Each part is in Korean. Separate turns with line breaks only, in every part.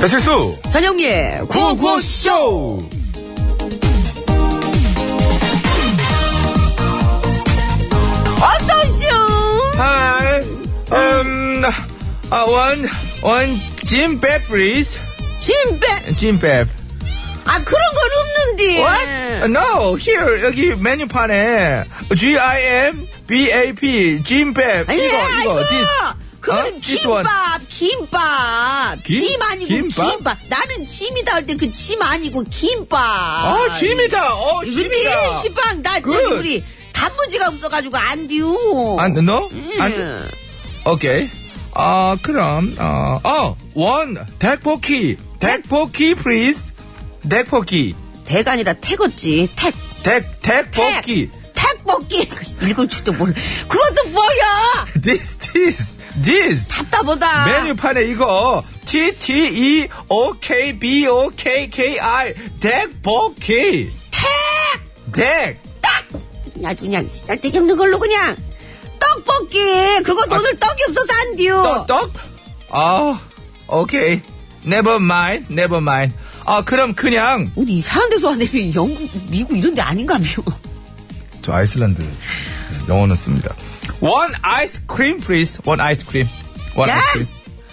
배칠수
전영미의
구구쇼
어서오쇼!
Hi um uh, one one Jim Bev please
진배!
Jim Bev
아, 그런 건 없는데!
What? No here 여기 메뉴판에 G I M B A P Jim Bev
아,
이거
예,
이거
아이고,
this
그거는
어? This one.
김밥, 김밥.
김?
짐 아니고
김밥?
김밥. 나는 짐이다 할 때 그 짐 아니고 김밥.
어 짐이다 어
근데
짐이다
시방 나
Good.
저기 우리 단무지가 없어가지고 안 돼요.
안 no 안
예.
오케이 아 그럼 어어원 덱포키 덱포키 please 덱포키
대가 아니라 태겠지. 택.
덱 덱포키
택볶이. 읽어줄도 몰라. 그것도 뭐야?
this this this
답답하다.
메뉴판에 이거 T T E O K B O K K I 덱보키 덱
아주 그냥 짤데기 없는 걸로 그냥. 떡볶이. 그거 도 오늘 떡이 없어서 안 돼요.
아. 떡떡 아 오케이 never mind never mind 아 그럼 그냥
어디 이상한 데서 왔네. 영국, 미국 이런 데 아닌가 봐요.
저 아이슬란드 영어는 씁니다 one ice cream please one ice cream one
자,
ice cream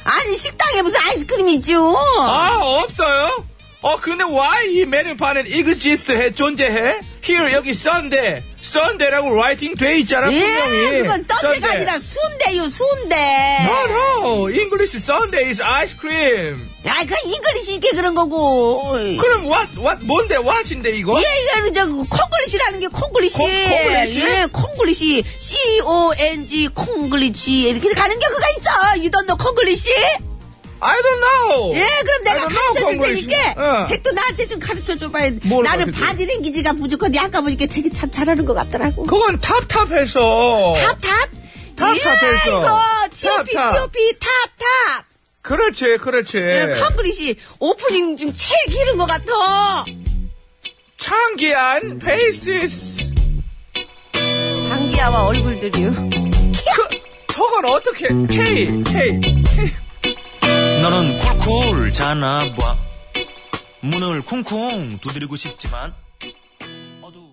아니 식당에 무슨 아이스크림이죠?
아 없어요 어 근데 why 이 메뉴판엔 exist 해 존재해 here 여기 Sunday Sunday라고 라이팅 돼 있잖아
예,
분명히
그건 썬데가
Sunday.
아니라 순대요, 순대.
No, no. English Sunday is ice cream.
아, 그 잉글리시게 그런 거고.
그럼 what, what, 뭔데, what인데, 이거?
예, 이거는 저 콩글리시라는 게 콩글리시.
콩- 콩글리시?
예, 콩글리시. C O N G 콩글리시 이렇게 가는 게 그거 있어. 유던너 콩글리시.
I don't know.
예, 그럼
I
내가
don't know,
가르쳐 줄
콩글리시.
테니까.
어.
택도 나한테 좀 가르쳐 줘봐야 돼.
뭘
나는
가르쳐?
바디 랭귀지가 부족한데 아까 보니까 되게 참 잘하는 것 같더라고.
그건 탑탑해서.
탑탑? 예,
탑탑했어.
이거 TOP,
탑탑. 예.
TOP, 탑탑.
그렇지, 그렇지.
콩글리시 오프닝 중 제일 길은 것 같아.
창기한 베이시스.
장기야와 얼굴들이요.
그, 저건 어떻게, K, K.
너는 쿨쿨 자나 봐 문을 쿵쿵 두드리고 싶지만 어두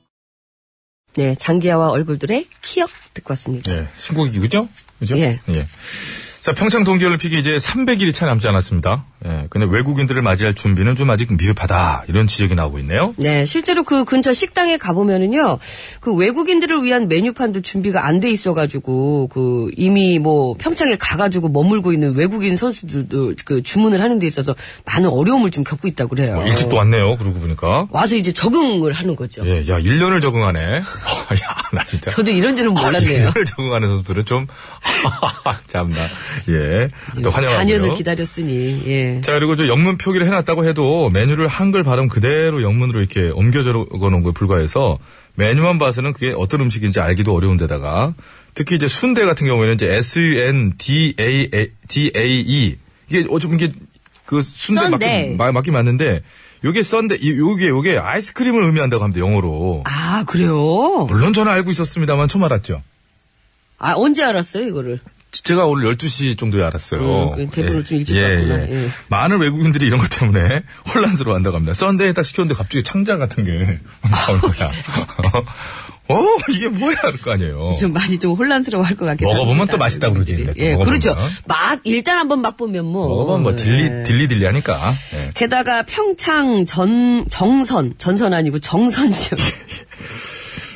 네, 장기야와 얼굴들의 키역 듣고 왔습니다.
예, 신곡이 그죠? 그죠?
예.
자, 평창 동계올림픽이 이제 300일이 채 남지 않았습니다. 예, 근데 외국인들을 맞이할 준비는 좀 아직 미흡하다. 이런 지적이 나오고 있네요.
네, 실제로 그 근처 식당에 가보면은요, 그 외국인들을 위한 메뉴판도 준비가 안 돼 있어가지고, 그 이미 뭐 평창에 가가지고 머물고 있는 외국인 선수들도 그 주문을 하는 데 있어서 많은 어려움을 좀 겪고 있다고 그래요.
어, 일찍 또 왔네요. 그러고 보니까.
와서 이제 적응을 하는 거죠.
예, 야, 1년을 적응하네. 어, 야, 나 진짜.
저도 이런 줄은 몰랐네요.
1년을 적응하는 선수들은 좀, 아, 참나. 예. 또 환영하고요.
4년을 기다렸으니, 예.
자, 그리고 저 영문 표기를 해놨다고 해도 메뉴를 한글 발음 그대로 영문으로 이렇게 옮겨 적어 놓은 거에 불과해서 메뉴만 봐서는 그게 어떤 음식인지 알기도 어려운 데다가 특히 이제 순대 같은 경우에는 이제 S-U-N-D-A-E E 이게 어좀 이게 그 순대
썬데이.
맞긴, 마- 맞긴 맞는데 요게 썬데 이- 요게 요게 아이스크림을 의미한다고 합니다 영어로
아, 그래요?
물론 저는 알고 있었습니다만 처음 알았죠
아, 언제 알았어요, 이거를?
제가 오늘 12시 정도에 알았어요.
음, 그 배분을 좀 일찍 봤구나. 예.
많은 외국인들이 이런 것 때문에 혼란스러워 한다고 합니다. 썬데이 딱 시켰는데 갑자기 창자 같은 게
아,
나온 거야. 어, 이게 뭐야, 할 거 아니에요.
좀 많이 좀 혼란스러워 할 것 같긴
어. 먹어보면
합니다.
또 맛있다고 그러지,
여러분들이.
근데 또
예,
먹어보면.
그렇죠. 맛, 일단 한번 맛보면 뭐.
먹어보면 뭐
예.
딜리, 딜리딜리 하니까. 예.
게다가 평창 전, 정선, 전선 아니고 정선 지역.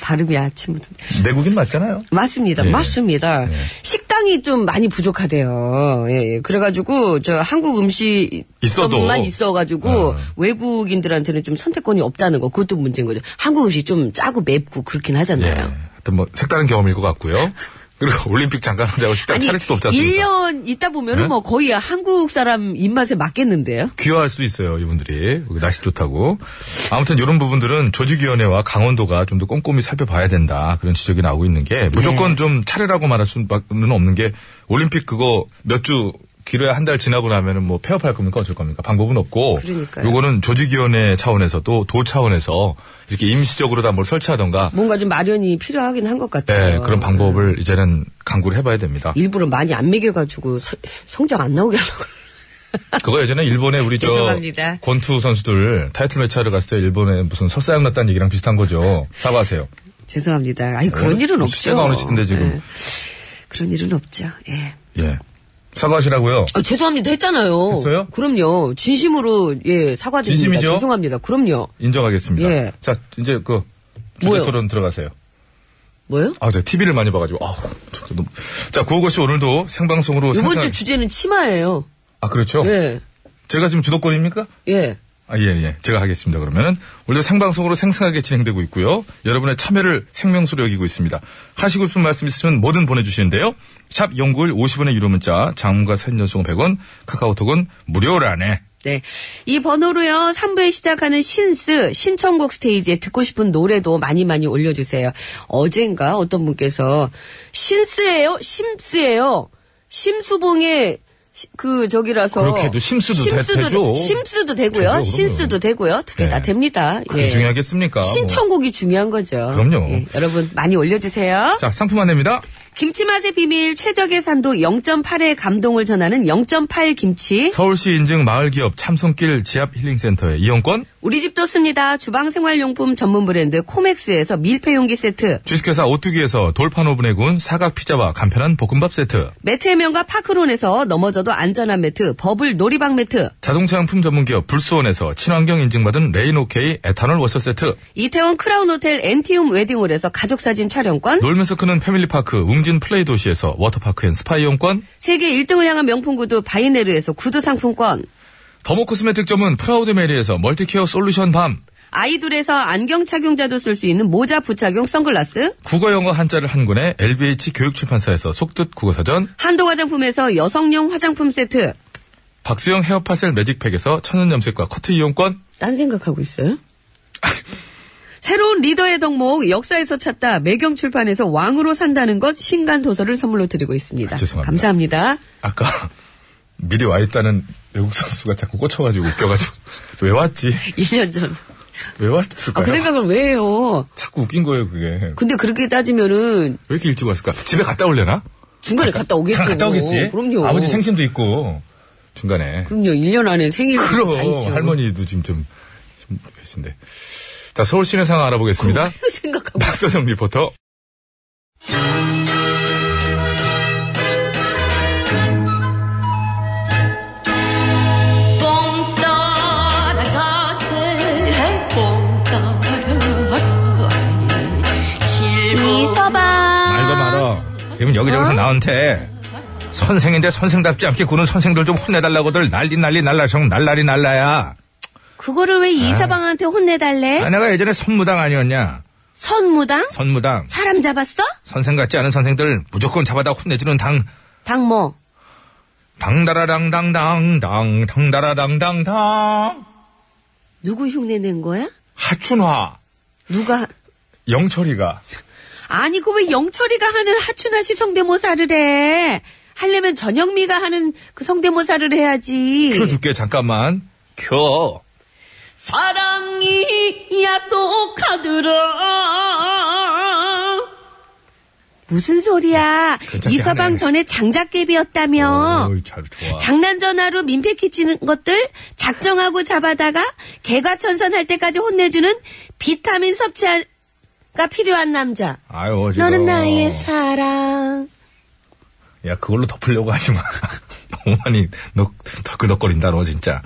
발음이 아침부터.
내국인 맞잖아요.
맞습니다.
예.
맞습니다.
예.
식당이 좀 많이 부족하대요. 예, 예. 그래가지고, 저 한국 음식.
있어도.
만 있어가지고,
어.
외국인들한테는 좀 선택권이 없다는 거. 그것도 문제인 거죠. 한국 음식 좀 짜고 맵고 그렇긴
예.
하잖아요.
하여튼 뭐, 색다른 경험일 것 같고요. 그리고 올림픽 잠깐 하자고 식당 그러니까 차릴 수도 없지 않습니까?
1년 있다 보면은
네?
뭐 거의 한국 사람 입맛에 맞겠는데요?
귀화할 수도 있어요, 이분들이. 여기 날씨 좋다고. 아무튼 이런 부분들은 조직위원회와 강원도가 좀 더 꼼꼼히 살펴봐야 된다. 그런 지적이 나오고 있는 게
네.
무조건 좀 차례라고 말할 수는 없는 게 올림픽 그거 몇 주 길어야 한 달 지나고 나면은 뭐 폐업할 겁니까? 어쩔 겁니까? 방법은 없고.
그러니까요.
요거는 조직위원회 차원에서도 도 차원에서 이렇게 임시적으로 다 뭘 설치하던가.
뭔가 좀 마련이 필요하긴 한 것뭐 같아요.
네, 그런 방법을 이제는 강구를 해봐야 됩니다.
일부러 많이 안 먹여가지고 서- 성적 안 나오게 하려고.
그거 예전에 일본에 우리 저
죄송합니다.
권투 선수들 타이틀 매치하러 갔을 때 일본에 무슨 설사약 났다는 얘기랑 비슷한 거죠. 사과하세요.
죄송합니다. 아니 네, 그런
어,
일은 없죠.
시세가 어느 시대인데 지금.
예. 그런 일은 없죠. 예.
예. 사과하시라고요.
아, 죄송합니다 했잖아요.
했어요?
그럼요. 진심으로 예 사과드립니다.
진심이죠?
죄송합니다. 그럼요.
인정하겠습니다.
예.
자, 이제 그 주제
뭐요?
토론 들어가세요.
뭐요?
아, 제가 TV를 많이 봐가지고, 아우, 진짜 너무. 자, 구호고시 오늘도 생방송으로
이번 주
생생하게-
주제는 치마예요.
아, 그렇죠?
예.
제가 지금 주도권입니까?
예.
아, 예, 예. 제가 하겠습니다. 그러면은, 오늘도 생방송으로 생생하게 진행되고 있고요. 여러분의 참여를 생명수로 여기고 있습니다. 하시고 싶은 말씀 있으면 뭐든 보내주시는데요. 샵 연구일 50원의 유료 문자, 장문과 사진 연속 100원, 카카오톡은 무료라네.
네. 이 번호로요, 3부에 시작하는 신스, 신청곡 스테이지에 듣고 싶은 노래도 많이 많이 올려주세요. 어젠가 어떤 분께서, 신스예요? 심스예요? 심수봉의 시- 그 저기라서
그렇게 해도 심스도 되- 되죠. 되죠,
심스도 되고요,
그럼요.
신스도 되고요, 두 개 다
네.
됩니다.
그게
예.
중요하겠습니까? 뭐.
신청곡이 중요한 거죠.
그럼요.
예, 여러분 많이 올려주세요.
자, 상품 안내입니다.
김치 맛의 비밀 최적의 산도 0.8의 감동을 전하는 0.8 김치.
서울시 인증 마을기업 참손길 지압 힐링센터의 이용권,
우리 집도 씁니다. 주방생활용품 전문 브랜드 코맥스에서 밀폐용기 세트,
주식회사 오뚜기에서 돌판 오븐에 구운 사각 피자와 간편한 볶음밥 세트,
매트 해명과 파크론에서 넘어져도 안전한 매트, 버블 놀이방 매트,
자동차 용품 전문기업 불수원에서 친환경 인증받은 레인오케이 에탄올 워셔 세트,
이태원 크라운 호텔 엔티움 웨딩홀에서 가족사진 촬영권,
놀면서 크는 패밀리파크 웅진 플레이 도시에서 워터파크 앤 스파 이용권,
세계 1등을 향한 명품 구두 바이네르에서 구두 상품권,
더모 코스메틱점은 프라우드 메리에서 멀티케어 솔루션 밤,
아이돌에서 안경 착용자도 쓸 수 있는 모자 부착용 선글라스,
국어 영어 한자를 한 권에 LBH 교육출판사에서 속뜻 국어사전,
한도 화장품에서 여성용 화장품 세트.
박수영 헤어파셀 매직팩에서 천연 염색과 커트 이용권,
딴 생각하고 있어요? 새로운 리더의 덕목 역사에서 찾다 매경 출판에서 왕으로 산다는 것 신간 도서를 선물로 드리고 있습니다.
아, 죄송합니다.
감사합니다.
아까 미리 와 있다는 외국 선수가 자꾸 꽂혀가지고 웃겨가지고 왜 왔지?
1년 전.
왜
아,
왔을까요?
그 생각을 왜 해요?
자꾸 웃긴 거예요 그게 왜
근데 그렇게 따지면은
이렇게 일찍 왔을까? 집에 갔다 올려나?
중간에 갔다 오겠죠.
다 갔다 오겠지.
그럼요.
아버지 생신도 있고 중간에.
그럼요. 1년 안에 생일.
그럼 할머니도 지금 좀 계신데. 자 서울 시내 상황
어,
알아보겠습니다.
생각하고.
박서정 리포터.
뽕 따라가세 뽕 따라가세
말고 말어. 지금 여기저기서 나한테 선생인데 선생답지 않게 구는 선생들 좀 혼내달라고들 난리 난리 날라성 날라리 날라야.
그거를 왜 이서방한테 혼내달래?
아, 내가 예전에 선무당 아니었냐?
선무당?
선무당.
사람 잡았어?
선생 같지 않은 선생들 무조건 잡아다 혼내주는 당.
당모. 뭐?
당다라당당당당 당다라당당당
누구 흉내 낸 거야?
하춘화
누가
영철이가
아니, 그 왜 영철이가 하는 하춘아 씨 성대모사를 해? 하려면 전영미가 하는 그 성대모사를
켜
해야지.
줄게 잠깐만 켜
사랑이 야속하더라. 무슨 소리야?
괜찮게 하네.
이서방 전에 장작개비였다며.
어이, 잘 좋아
장난 전화로 민폐 끼치는 것들 작정하고 잡아다가 개과천선할 때까지 혼내주는 비타민 섭취가 필요한 남자.
아유 어지러
너는 나의 사랑.
야 그걸로 덮으려고 하지마 너무 많이 너 덜끄덕거린다 너 진짜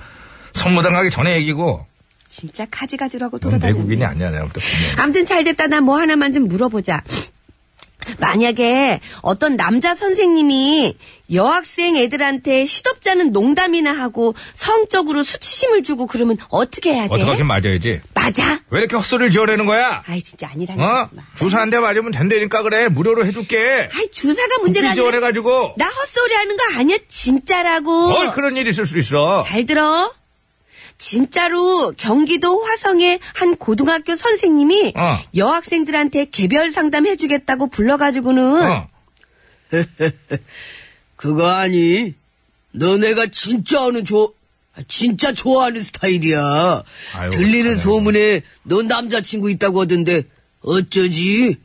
선무당하기 전에 얘기고
진짜 가지가지라고
넌
돌아다니는.
내국인이 아니야 내가 볼때 보면.
아무튼 잘 됐다. 나 뭐 하나만 좀 물어보자. 만약에 어떤 남자 선생님이 여학생 애들한테 시덥잖은 농담이나 하고 성적으로 수치심을 주고 그러면 어떻게 해야 돼?
어떡하긴 맞아야지
맞아?
왜 이렇게 헛소리를 지어내는 거야
아이 진짜 아니라니까.
어? 주사 한 대 맞으면 된다니까 그래 무료로 해줄게
아이 주사가
국비
문제가 아니라
지원해가지고
나 헛소리 하는 거 아니야 진짜라고.
어, 그런 일이 있을 수 있어.
잘 들어. 진짜로 경기도 화성의 한 고등학교 선생님이
어.
여학생들한테 개별 상담 해주겠다고 불러가지고는
어.
그거 아니? 너네가 진짜 하는 조, 아, 진짜 좋아하는 스타일이야.
아유,
들리는
어떡하냐.
소문에 너 남자친구 있다고 하던데 어쩌지?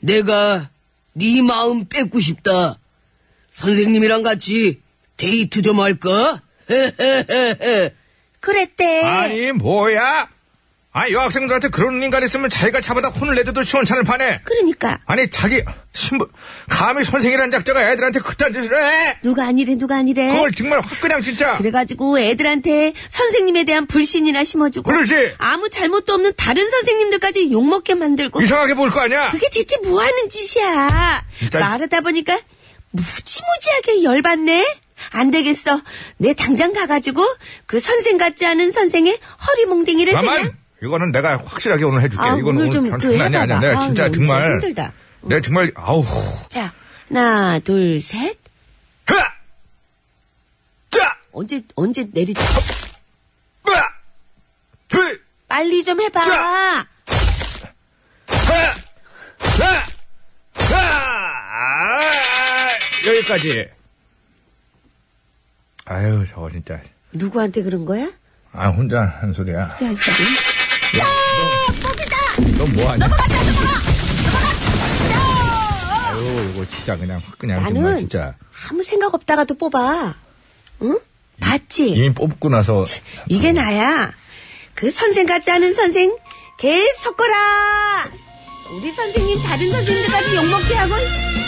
내가 네 마음 뺏고 싶다. 선생님이랑 같이 데이트 좀 할까?
그랬대.
아니 뭐야? 아니 여학생들한테 그런 인간 있으면 자기가 잡아다 혼을 내줘도 시원찮을 판에
그러니까
아니 자기 신부 감히 선생이라는 작자가 애들한테 그딴 짓을 해?
누가 아니래 누가 아니래.
그걸 정말 확 그냥 진짜
그래가지고 애들한테 선생님에 대한 불신이나 심어주고
그러지.
아무 잘못도 없는 다른 선생님들까지 욕먹게 만들고
이상하게 보일 거 아니야?
그게 대체 뭐 하는 짓이야
진짜.
말하다 보니까 무지무지하게 열받네 안 되겠어 내 당장 가가지고 그 선생 같지 않은 선생의 허리몽댕이를
가만!
그냥
이거는 내가 확실하게 오늘 해줄게.
아,
이건
오늘
오늘,
좀
전-
그
장난이 아니야.
해봐봐.
내가
아,
진짜
오늘 진짜
정말.
힘들다.
내가 정말, 아우.
자 하나 둘셋
흐아! 짜!
언제 언제 내리지
으아! 흐!
빨리 좀 해봐
자. 하! 하! 하! 아, 여기까지. 아유, 저거 진짜.
누구한테 그런 거야?
아, 혼자 한 소리야.
야, 이 사람.
너 뭐하냐? 아유, 이거 진짜 그냥 확 그냥 정말
나는
진짜.
아무 생각 없다가도 뽑아. 응? 봤지?
이미 뽑고 나서.
이게 나야. 그 선생 같지 않은 선생 계속 섞어라. 우리 선생님 다른 선생님들까지 욕먹게 하고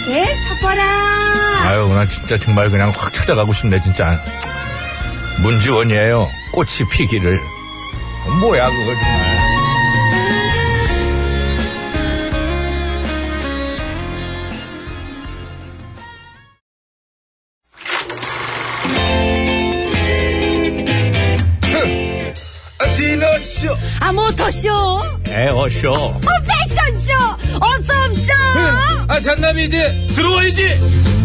계속 섞어라.
아유, 나 진짜 정말 그냥 확 찾아가고 싶네, 진짜. 문지원이에요. 꽃이 피기를. 뭐야, 그거 정말. 어, 디너쇼!
아 모터쇼,
에어쇼!
패션쇼, 어썸쇼.
아, 잔남이 이제 들어와야지!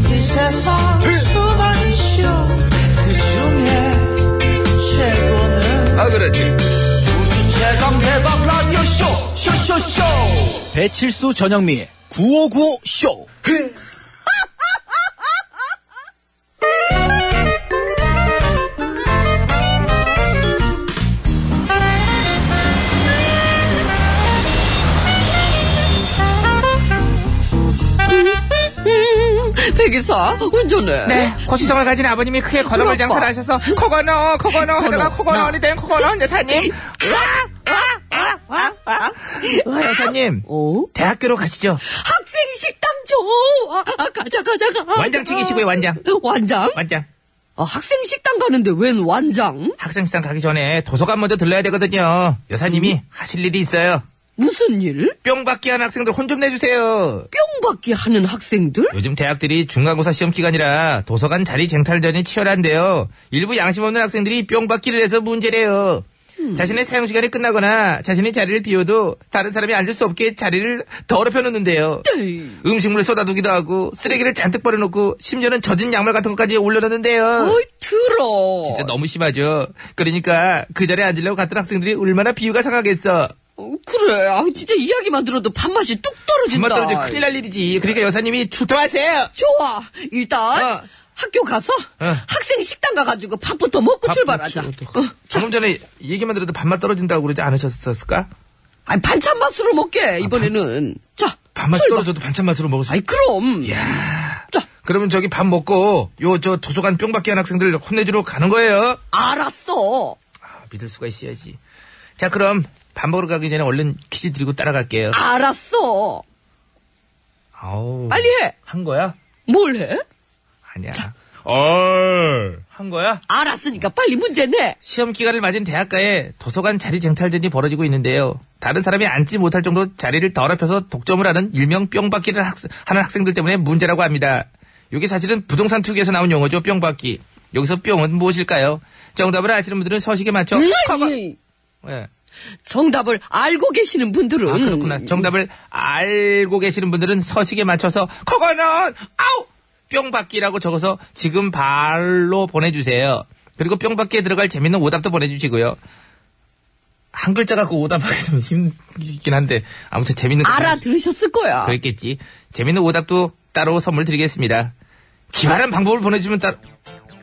이 세상 수많은 쇼그 중에 최고는
아, 그렇지.
우주 최강 대박 라디오 쇼 쇼쇼쇼
배칠수 전영미의 9595쇼.
백이사 운전해.
고시성을 가진 아버님이 크게 건어물
그럴 거.
장사를 하셔서 코건어 코건어 하다가
나.
코건어원이 된 코건어 여사님 와 여사님
어?
오?
대학교로 가시죠
학생 식당 줘. 아, 아, 가자 가자 가.
완장 찍이시고요 완장
완장?
완장
아, 학생 식당 가는데 웬 완장?
학생식당 가기 전에 도서관 먼저 들러야 되거든요 여사님이 하실 일이 있어요
음. 무슨 일?
뿅 받기 한 학생들 혼 좀 내주세요
뿅받기 하는 학생들?
요즘 대학들이 중간고사 시험 기간이라 도서관 자리 쟁탈전이 치열한데요. 일부 양심 없는 학생들이 뿅받기를 해서 문제래요.
음.
자신의 사용 시간이 끝나거나 자신의 자리를 비워도 다른 사람이 앉을 수 없게 자리를 더럽혀 놓는데요.
에이,
음식물을 쏟아두기도 하고 쓰레기를 잔뜩 버려놓고 심지어는 젖은 양말 같은 것까지 올려놨는데요.
어이 들어.
진짜 너무 심하죠. 그러니까 그 자리에 앉으려고 갔던 학생들이 얼마나 비유가 상하겠어.
어, 그래. 아, 진짜 이야기만 들어도 밥맛이 뚝 떨어진다.
엄마 떨어져 큰일 날 일이지. 그러니까 여사님이 주도하세요.
좋아. 일단
어.
학교 가서 학생 식당 가가지고 밥부터 먹고 출발하자. 어,
조금 전에 얘기만 들어도 밥맛 떨어진다고 그러지 않으셨을까? 아,
아니 반찬 맛으로 먹게 이번에는. 자,
밥맛
출발.
떨어져도 반찬 맛으로 먹을 수
아이 그럼. 자,
그러면 저기 밥 먹고 요 저 도서관 뿅 받기 한 학생들 혼내주러 가는 거예요.
알았어.
아, 믿을 수가 있어야지. 자, 그럼 밥 먹으러 가기 전에 얼른 퀴즈 드리고 따라갈게요.
아, 알았어.
아우.
빨리 해.
한 거야?
뭘 해?
아니야.
얼.
한 거야?
알았으니까 빨리 문제 내.
시험 기간을 맞은 대학가에 도서관 자리 쟁탈전이 벌어지고 있는데요. 다른 사람이 앉지 못할 정도 자리를 더럽혀서 독점을 하는 일명 뿅받기를 학스- 하는 학생들 때문에 문제라고 합니다. 이게 사실은 부동산 투기에서 나온 용어죠, 뿅받기. 여기서 뿅은 무엇일까요? 정답을 아시는 분들은 서식에 맞춰 커버-
예.
예.
정답을 알고 계시는 분들은
아, 그렇구나. 정답을 알고 계시는 분들은 서식에 맞춰서 그거는 아우 뿅받기라고 적어서 지금 발로 보내주세요. 그리고 뿅받기에 들어갈 재밌는 오답도 보내주시고요. 한 글자
그
갖고 오답하기 좀 힘들긴 한데 아무튼 재밌는 거
알아들으셨을 거야.
그랬겠지. 재밌는 오답도 따로 선물 드리겠습니다. 기발한 방법을 보내주면 따로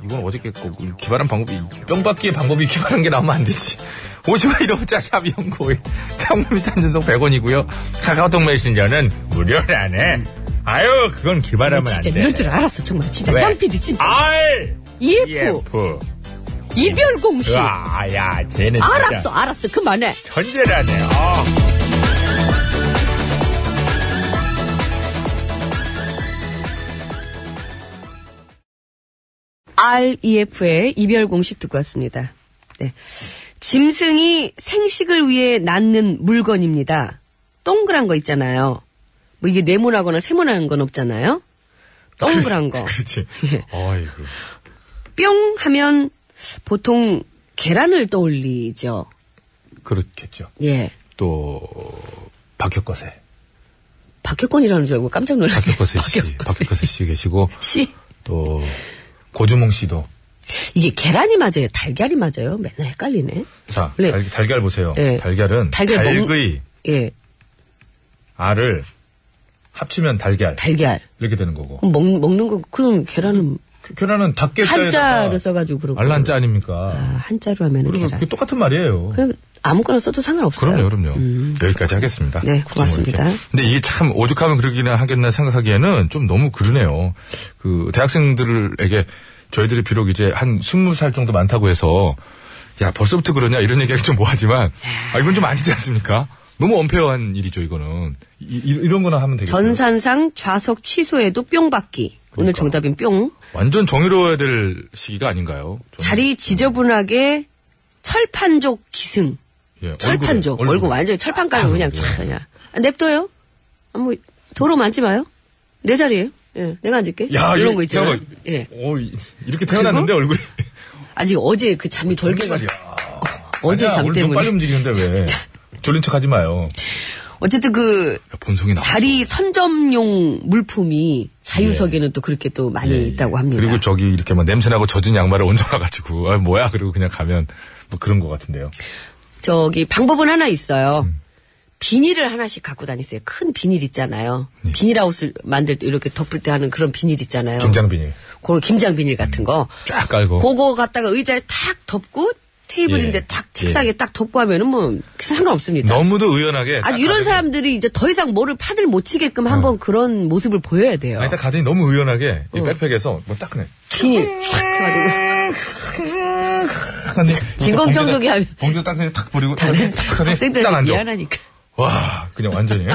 이건 어저께 거고 기발한 방법이 뿅받기의 방법이 기발한 게 나오면 안 되지. 50원 1호부터 샵 연구일 장미 산전송 100원이고요. 카카오톡 메신저는 무료라네. 아유 그건 기발하면 안
진짜
돼.
이럴 줄 알았어 정말 진짜
왜?
양 PD 진짜
알
EF
EF
이별 공식.
E 아, 야, 쟤는
알았어, 알았어. 그만해.
천재라네. 어.
REF의 E 이별 공식 듣고 왔습니다. 네. 짐승이 생식을 위해 낳는 물건입니다. 동그란 거 있잖아요. 뭐 이게 네모나거나 세모난 건 없잖아요. 동그란 거.
그렇지.
예.
어이구.
뿅 하면 보통 계란을 떠올리죠.
그렇겠죠.
예.
또, 박혁거세.
박혁권이라는 줄 알고 깜짝 놀랐어요.
박혁거세 씨. 박혁거세 씨 계시고,
씨.
또, 고주몽 씨도.
이게 계란이 맞아요? 달걀이 맞아요? 맨날 헷갈리네.
자,
네.
달, 달걀 보세요.
예.
달걀은
달걀 먹-
달의
예.
알을 합치면 달걀.
달걀.
이렇게 되는 거고.
그럼 먹, 먹는 거, 그럼 계란은
계란은 닭게자에다가
한자를 써가지고 그러고.
알란자
아,
아닙니까?
한자로 하면은
그리고
계란.
그게 똑같은 말이에요. 네,
그럼 아무거나 써도 상관없어요.
그럼요, 그럼요.
음.
여기까지 하겠습니다.
네, 고맙습니다.
이렇게. 근데 이게 참 오죽하면 그러기나 하겠나 생각하기에는 좀 너무 그러네요. 그 대학생들에게 저희들이 비록 이제 한 20살 정도 많다고 해서 야, 벌써부터 그러냐 이런 얘기하기 좀 뭐하지만 아, 이건 좀 아니지 않습니까? 너무 엄폐한 일이죠, 이거는. 이, 런 거나 하면 되겠어요.
전산상 좌석 취소에도 뿅 받기. 오늘
그러니까.
정답인 뿅.
완전 정의로워야 될 시기가 아닌가요? 저는.
자리 지저분하게 철판족 기승.
예,
철판족.
얼굴에,
얼굴,
얼굴에.
완전히 철판 깔고 그냥
예.
쫙 그냥. 아, 냅둬요. 아, 뭐, 도로 만지 마요. 내 자리에요. 예, 내가 앉을게.
야,
이런
이거
거 있잖아.
잠깐만.
예.
어, 이- 이렇게 태어났는데 얼굴이
아직 어제 그 잠이 덜 깨가. 어제
아니야,
잠
오늘 너무
때문에.
빨리 움직이는데 왜? 졸린 척 하지 마요.
어쨌든 그
야, 본성이 나왔어.
자리 선점용 물품이 자유석에는 또 그렇게 또 많이
예, 예.
있다고 합니다.
그리고 저기 이렇게 막 냄새나고 젖은 양말을 얹어놔가지고 아 뭐야 그리고 그냥 가면 뭐 그런 것 같은데요.
저기 방법은 하나 있어요.
음.
비닐을 하나씩 갖고 다니세요. 큰 비닐 있잖아요.
예.
비닐하우스 만들 때 이렇게 덮을 때 하는 그런 비닐 있잖아요.
김장 비닐 음.
그런 김장 비닐 같은 거.
쫙 깔고.
그거 갖다가 의자에 탁 덮고 테이블인데
예.
탁 책상에 딱 덮고 하면은 뭐 상관없습니다.
너무도 의연하게.
아
딱 어.
이런
가더니-
사람들이 이제 더 이상 뭐를 파들 못 치게끔 한번 그런 모습을 보여야 돼요.
아니 딱 가더니 너무 의연하게
어.
이 백팩에서 뭐딱 그냥
비닐 촥 해가지고
딱 하니
진공청소기 하면
봉지 딱 그냥 탁 버리고 딱
다른
하니
학생들
딱 앉아.
미안하니까
와 그냥 완전히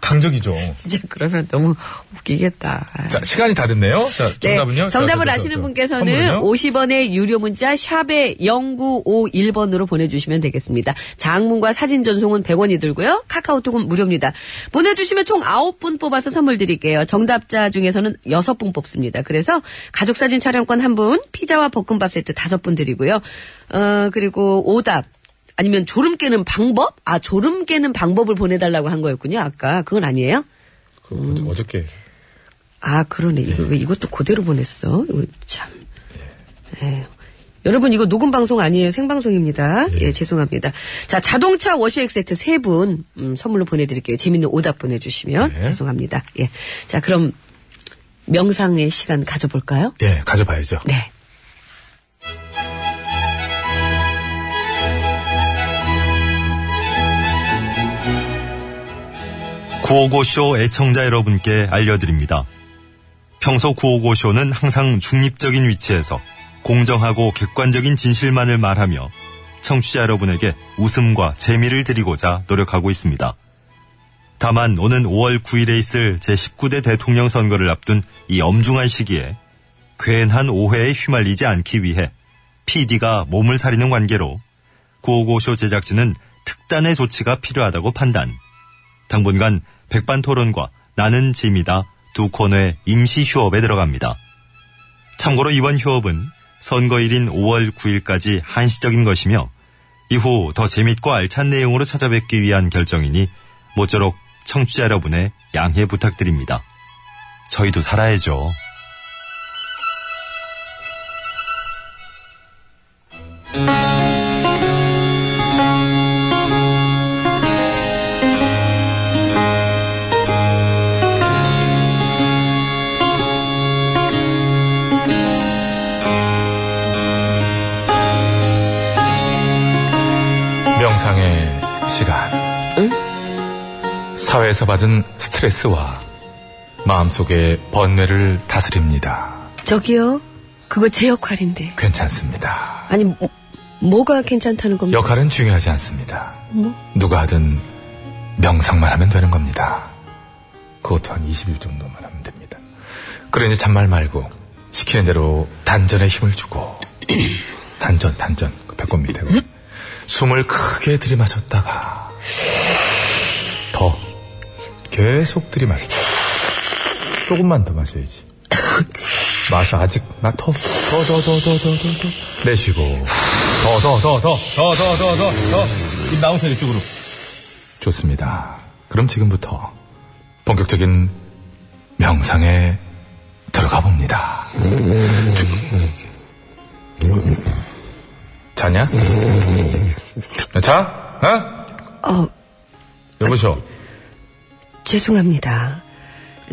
강적이죠.
진짜 그러면 너무 웃기겠다. 아이.
자 시간이 다 됐네요. 자
네,
정답은요? 자, 저, 저,
정답을
저,
아시는
저,
분께서는
선물은요?
50원의 유료 문자 샵에 0951번으로 보내주시면 되겠습니다. 장문과 사진 전송은 100원이 들고요. 카카오톡은 무료입니다. 보내주시면 총 9분 뽑아서 선물 드릴게요. 정답자 중에서는 6분 뽑습니다. 그래서 가족사진 촬영권 1분, 피자와 볶음밥 세트 5분 드리고요. 어, 그리고 오답. 아니면 졸음 깨는 방법? 아, 졸음 깨는 방법을 보내달라고 한 거였군요. 아까 그건 아니에요?
그거 어저- 어저께
음.
예.
아, 그러네. 이거 왜 이것도 그대로 보냈어? 이거 참. 에휴. 여러분, 이거 녹음 방송 아니에요. 생방송입니다. 예, 죄송합니다. 자, 자동차 워시액 세트 세 분, 음, 선물로 보내드릴게요. 재밌는 오답 보내주시면.
네.
죄송합니다. 예. 자, 그럼, 명상의 시간 가져볼까요?
예 가져봐야죠.
네.
구호고쇼 애청자 여러분께 알려드립니다. 평소 구호고쇼는 항상 중립적인 위치에서 공정하고 객관적인 진실만을 말하며 청취자 여러분에게 웃음과 재미를 드리고자 노력하고 있습니다. 다만 오는 5월 9일에 있을 제19대 대통령 선거를 앞둔 이 엄중한 시기에 괜한 오해에 휘말리지 않기 위해 PD가 몸을 사리는 관계로 구호고쇼 제작진은 특단의 조치가 필요하다고 판단. 당분간 백반 토론과 나는 짐이다 두 코너의 임시 휴업에 들어갑니다. 참고로 이번 휴업은 선거일인 5월 9일까지 한시적인 것이며 이후 더 재밌고 알찬 내용으로 찾아뵙기 위한 결정이니 모쪼록 청취자 여러분의 양해 부탁드립니다. 저희도 살아야죠.
명상의 시간. 사회에서 받은 스트레스와 마음속의 번뇌를 다스립니다.
저기요. 그거 제 역할인데.
괜찮습니다.
아니, 뭐, 뭐가 괜찮다는 겁니까?
역할은 중요하지 않습니다. 누가 하든 명상만 하면 되는 겁니다. 그것도 한 20일 정도만 하면 됩니다. 그러니 잔말 말고 시키는 대로 단전에 힘을 주고 단전 단전 그 배꼽 밑에 거. 숨을 크게 들이마셨다가 더 계속 들이마셨다 조금만 더 마셔야지 마셔 아직 나더더더더더더 내쉬고 더 더 더 더 더 더 더 더더입 나오세요 이쪽으로 좋습니다 그럼 지금부터 본격적인 명상에 들어가 봅니다 주- 자냐 자 어?
어,
여보셔
죄송합니다.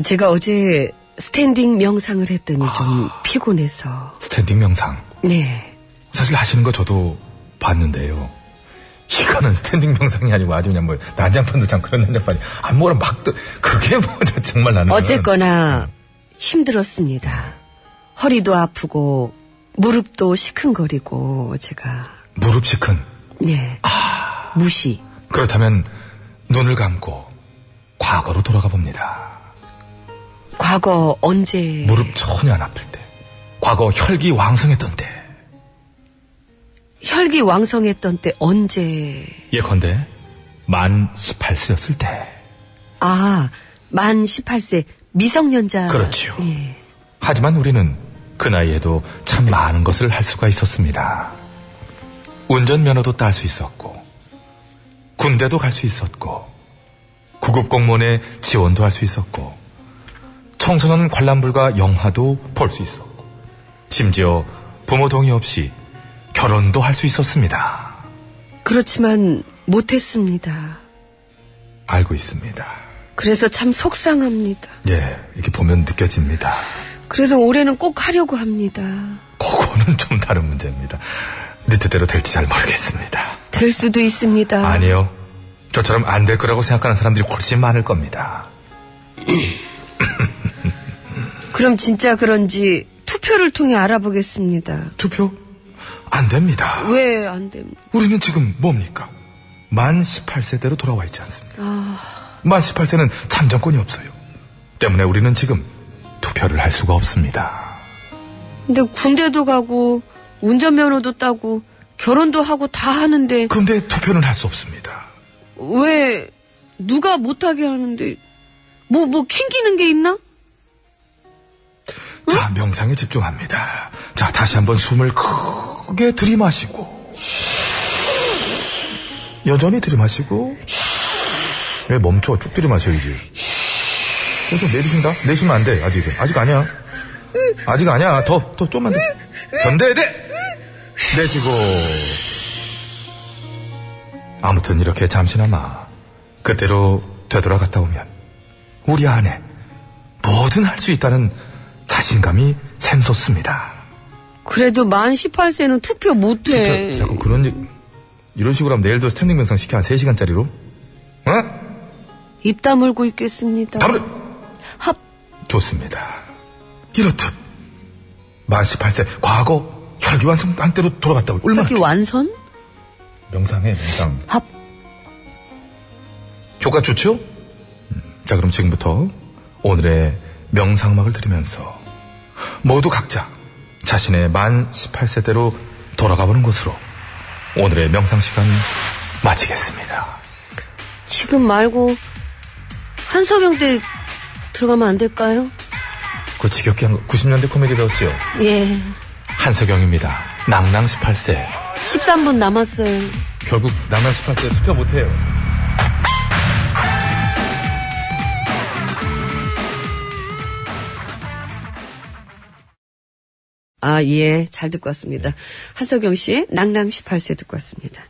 제가 어제 스탠딩 명상을 했더니 좀
아.
피곤해서.
스탠딩 명상
네.
사실 하시는 거 저도 봤는데요. 이거는 스탠딩 명상이 아니고 아주 그냥 뭐 난장판도 참 그런 난장판이 안무를 막 떠, 그게 뭐 정말 나는
어쨌거나 힘들었습니다. 허리도 아프고, 무릎도 시큰거리고, 제가.
무릎 시큰
네. 무시.
그렇다면 눈을 감고 과거로 돌아가 봅니다.
과거 언제.
무릎 전혀 안 아플 때, 과거 혈기 왕성했던 때,
혈기 왕성했던 때 언제.
예컨대 만 18세였을 때.
아, 만 18세 미성년자.
그렇죠.
예.
하지만 우리는 그 나이에도 참 많은 것을 할 수가 있었습니다. 운전면허도 딸 수 있었고, 군대도 갈 수 있었고, 구급공무원의 지원도 할 수 있었고, 청소년 관람불가 영화도 볼 수 있었고, 심지어 부모 동의 없이 결혼도 할 수 있었습니다.
그렇지만 못했습니다.
알고 있습니다.
그래서 참 속상합니다.
예, 이렇게 보면 느껴집니다.
그래서 올해는 꼭 하려고 합니다.
그거는 좀 다른 문제입니다. 네 뜻대로 될지 잘 모르겠습니다.
될 수도 있습니다.
아니요. 저처럼 안 될 거라고 생각하는 사람들이 훨씬 많을 겁니다.
그럼 진짜 그런지 투표를 통해 알아보겠습니다.
투표? 안 됩니다.
왜 안 됩니까?
우리는 지금 뭡니까? 만 18세대로 돌아와 있지 않습니까? 만 18세는 참정권이 없어요. 때문에 우리는 지금 투표를 할 수가 없습니다.
근데 군대도 가고 운전면허도 따고 결혼도 하고 다 하는데
근데 투표는 할 수 없습니다.
왜 누가 못하게 하는데 뭐 뭐 캥기는 게 있나?
자, 명상에 집중합니다. 자, 다시 한번 숨을 크게 들이마시고. 여전히 들이마시고. 왜 멈춰? 쭉 들이마셔야지. 어, 좀 내리신다? 내쉬면 안 돼, 아직은. 아직 아니야. 아직 아니야. 더, 더, 좀만 더. 견뎌야 돼! 내쉬고. 아무튼 이렇게 잠시나마 그때로 되돌아갔다 오면 우리 안에 뭐든 할 수 있다는 자신감이 샘솟습니다.
그래도 만 18세는 투표 못해.
자, 약간 뭐 그런 얘기- 이런 식으로 하면 내일도 스탠딩 명상 시켜 한 3시간짜리로. 어?
입 다물고 있겠습니다.
다음으로
합.
좋습니다. 이렇듯 만 18세 과거 혈기완성 한때로 돌아갔다 올 얼마나
여기
좋-
완선?
명상해 명상.
합.
효과 좋죠? 음, 자, 그럼 지금부터 오늘의 명상 음악을 들으면서 모두 각자 자신의 만 18세대로 돌아가 보는 것으로 오늘의 명상 시간 마치겠습니다.
지금 말고 한석영 때 들어가면 안 될까요?
그 지겹게 한 90년대 코미디 배웠죠?
예.
한석영입니다. 낭낭 18세.
13분 남았어요.
결국 낭낭 18세 투표 못해요.
아, 예. 잘 듣고 왔습니다. 한석영 씨의 낭낭 18세 듣고 왔습니다.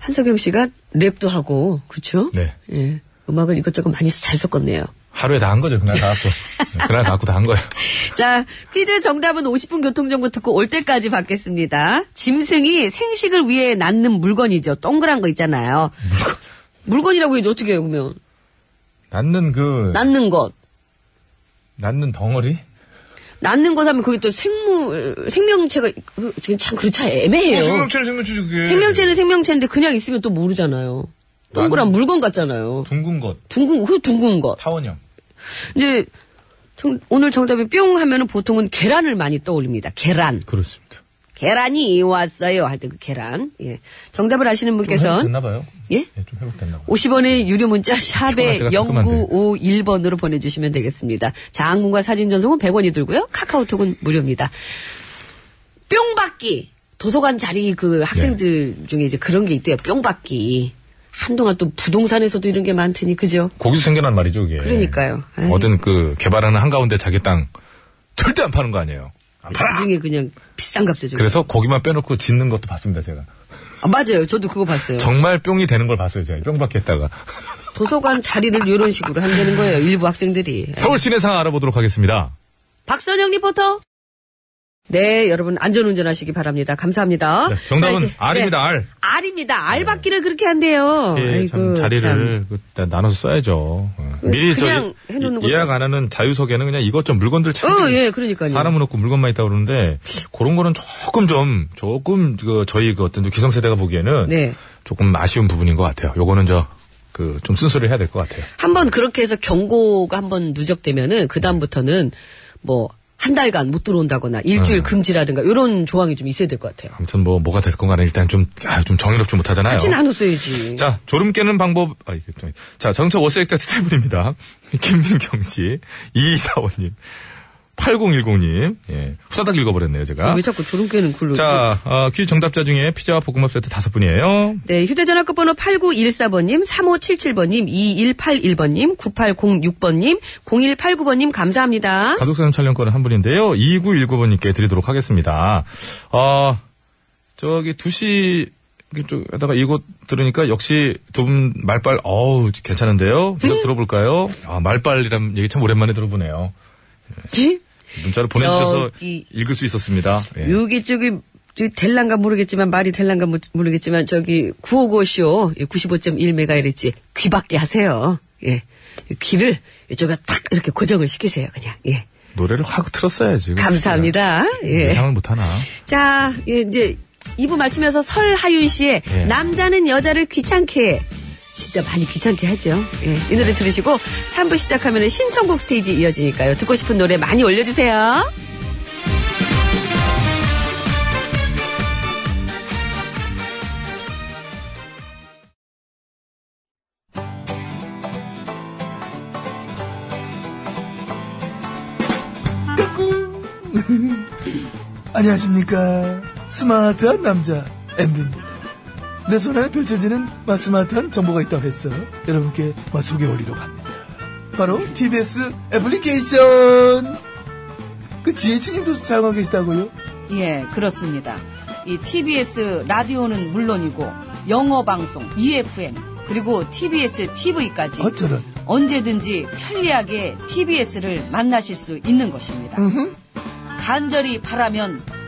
한석영 씨가 랩도 하고, 그쵸?
네.
예. 음악을 이것저것 많이 잘 섞었네요.
하루에 다 한 거죠. 그날 다 갖고. 그날 다 갖고 다 한 거예요.
자, 퀴즈 정답은 50분 교통정보 듣고 올 때까지 받겠습니다. 짐승이 생식을 위해 낳는 물건이죠. 동그란 거 있잖아요.
물건이라고 해도 어떻게 해요, 그러면?
낳는 그,
낳는 것.
낳는 덩어리?
낳는 것 하면 그게 또 생물, 생명체가, 그, 지금 참, 그거 참 애매해요.
어, 생명체는 생명체지 그게.
생명체는 생명체인데 그냥 있으면 또 모르잖아요. 동그란 물건 같잖아요.
둥근 것.
둥근, 그 둥근 것.
타원형.
이제, 정- 오늘 정답이 뿅 하면은 보통은 계란을 많이 떠올립니다. 계란.
그렇습니다.
계란이 왔어요. 할 때 그 계란. 예. 정답을 아시는 분께서는,
봐요.
예?
예, 좀 회복됐나 봐요. 아,
50원의 유료 문자 샵에
시원할 때가 깔끔한데.
0951번으로 보내주시면 되겠습니다. 장문과 사진 전송은 100원이 들고요. 카카오톡은 무료입니다. 뿅받기. 도서관 자리 그 학생들
네.
중에 이제 그런 게 있대요. 뿅받기. 한동안 또 부동산에서도 이런 게 많더니 그죠?
거기서 생겨난 말이죠, 이게.
그러니까요. 아이.
뭐든 그 개발하는 한가운데 자기 땅 절대 안 파는 거 아니에요.
네.
안 팔아.
나중에 그냥 비싼 값에 좀.
그래서 거기만 빼놓고 짓는 것도 봤습니다, 제가.
아, 맞아요. 저도 그거 봤어요.
정말 뿅이 되는 걸 봤어요, 제가. 뿅밖에 했다가.
도서관 자리를 이런 식으로 한다는 거예요. 일부 학생들이.
서울 시내 상황 알아보도록 하겠습니다.
박선영 리포터. 네, 여러분 안전운전 하시기 바랍니다. 감사합니다.
네, 정답은
자, 이제,
R입니다,
네.
R.
R입니다. R 받기를 그렇게 한대요.
예, 참
어, 아이고, 참.
자리를 그 다- 나눠서 써야죠. 어. 미리 저
그냥
예-
해놓는 것도-
예약 안 하는 자유석에는 그냥 이것저것 물건들 참
어, 예, 그러니까요.
사람은 없고 물건만 있다고 그러는데 그런 거는 조금 좀 조금 그 저희 그 어떤 좀 기성세대가 보기에는
네.
조금 아쉬운 부분인 것 같아요. 요거는 저 그 좀 순서를 해야 될 것 같아요.
한번 그렇게 해서 경고가 한번 누적되면은 그 다음부터는 뭐 한 달간 못 들어온다거나 일주일
음.
금지라든가 이런 조항이 좀 있어야 될 것 같아요.
아무튼 뭐 뭐가 됐건 간에 일단 좀 아, 좀 정의롭지 못하잖아요.
같이 나눠 써야지.
자, 졸음 깨는 방법, 아, 이게 좀, 자, 정처 워스액터 스태블입니다. 김민경 씨, 2245님, 8010님, 예, 후다닥 읽어버렸네요, 제가.
왜 자꾸 졸음 깨는 굴로?
자, 어, 퀴즈 정답자 중에 피자와 볶음밥 세트 다섯 분이에요.
네, 휴대전화 끝번호 8914번님, 3577번님, 2181번님, 9806번님, 0189번님 감사합니다.
가족사진 촬영권은 한 분인데요. 2919번님께 드리도록 하겠습니다. 아, 저기 2시 쪽 하다가 이곳 들으니까 역시 두 분 말빨, 어우, 괜찮은데요? 계속 들어볼까요? 아, 말빨이란 얘기 참 오랜만에 들어보네요. 예?
예?
문자로 보내주셔서
저기-
읽을 수 있었습니다. 예.
여기 저기 저기 될란가 모르겠지만 말이 될란가 모- 모르겠지만 저기 955쇼 예, 95.1메가헤르츠 귀밖에 하세요. 예. 이 귀를 이쪽에 탁 이렇게 고정을 시키세요. 그냥. 예.
노래를 확 틀었어야지.
감사합니다. 예.
예상을 못하나.
자, 예, 이제 2부 마치면서 설하윤 씨의
예.
남자는 여자를 귀찮게 해. 진짜 많이 귀찮게 하죠. 예, 이 노래 들으시고 3부 시작하면 신청곡 스테이지 이어지니까요. 듣고 싶은 노래 많이 올려주세요.
안녕하십니까. 스마트한 남자, 엠비입니다. 내 손안에 펼쳐지는 마 스마트한 정보가 있다고 해서 여러분께 마 소개해드리려고 합니다. 바로 TBS 애플리케이션! 그 지혜진님도 사용하고 계시다고요?
예, 그렇습니다. 이 TBS 라디오는 물론이고 영어 방송, EFM, 그리고 TBS TV까지
어쩌면
언제든지 편리하게 TBS를 만나실 수 있는 것입니다. 간절히 바라면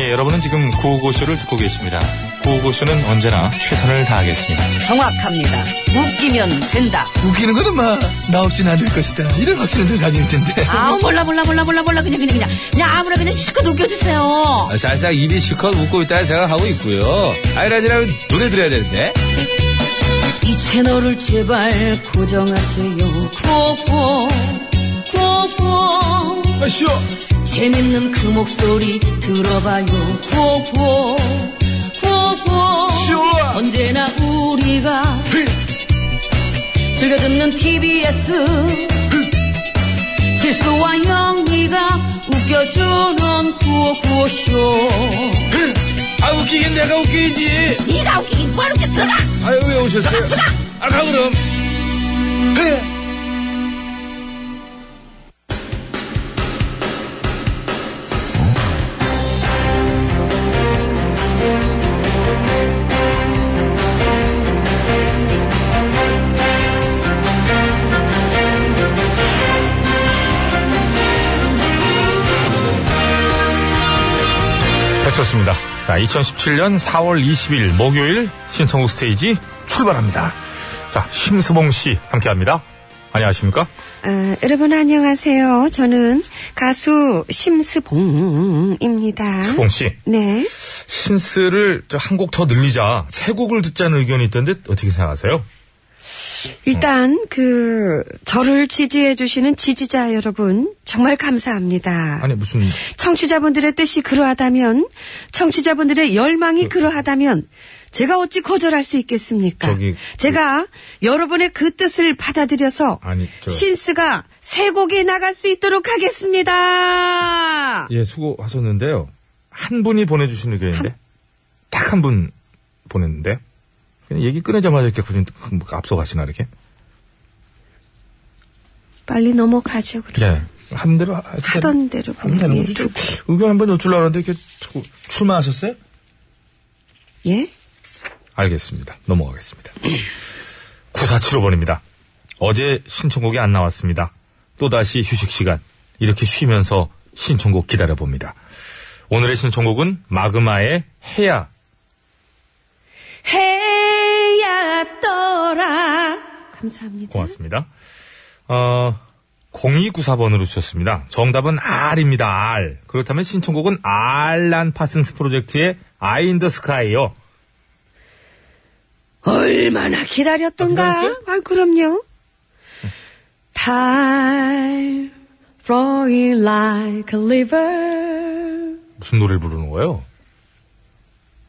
예, 여러분은 지금 구호고쇼를 듣고 계십니다. 구호고쇼는 언제나 최선을 다하겠습니다.
정확합니다. 웃기면 된다.
웃기는 거는 마 나 없이는 안 될 것이다. 이런 확신을 늘 가지고 있던데.
아우 몰라 몰라 몰라 몰라 몰라 그냥 그냥 그냥 그냥 아무나 그냥 실컷 웃겨주세요.
살짝 입이 실컷 웃고 있다는 생각하고 있고요. 아이라지라면 노래 들어야 되는데.
이 채널을 제발 고정하세요. 구호구호, 구호구호. 재밌는 그 목소리 들어봐요. 구호구호, 구호구호. 언제나 우리가 즐겨 듣는 TBS. 실수와 영리가 웃겨주는 구호구호쇼.
아, 웃기긴 내가 웃기지.
네가 웃기긴 뭘 웃겨 들어가!
아유, 왜 오셨어요? 아, 가, 그럼.
네.
TBS
그렇습니다. 자, 2017년 4월 20일 목요일 신청곡 스테이지 출발합니다. 자, 심수봉 씨 함께 합니다. 안녕하십니까?
아, 여러분 안녕하세요. 저는 가수 심스봉입니다.
수봉 씨.
네.
신스를 한 곡 더 늘리자. 세 곡을 듣자는 의견이 있던데 어떻게 생각하세요?
일단 그 저를 지지해 주시는 지지자 여러분 정말 감사합니다.
아니, 무슨
청취자분들의 뜻이 그러하다면 청취자분들의 열망이 그, 러하다면 제가 어찌 거절할 수 있겠습니까?
저기,
제가 여러분의 그 뜻을 받아들여서
아니, 저-
신스가 세 곡이 나갈 수 있도록 하겠습니다.
예, 수고하셨는데요. 한 분이 보내주신 의견인데, 딱 한 분 보냈는데, 그냥 얘기 끊어자마자 이렇게 그냥 앞서가시나, 이렇게?
빨리 넘어가죠. 그럼.
네. 한 대로, 하-
하던 대로
하면
그냥
되는
예,
거죠.
두고.
의견 한번 여쭈려고 하는데, 이렇게 자꾸 출마하셨어요?
예?
알겠습니다. 넘어가겠습니다. 9475번입니다. 어제 신청곡이 안 나왔습니다. 또다시 휴식시간. 이렇게 쉬면서 신청곡 기다려봅니다. 오늘의 신청곡은 마그마의 해야
해야 떠라. 감사합니다.
고맙습니다. 어, 0294번으로 주셨습니다. 정답은 R입니다. R. 그렇다면 신청곡은 알란 파슨스 프로젝트의 아이 인더 스카이요.
얼마나 기다렸던가?
기다렸어요?
아, 그럼요. Time flowing like a river.
무슨 노래를 부르는 거예요?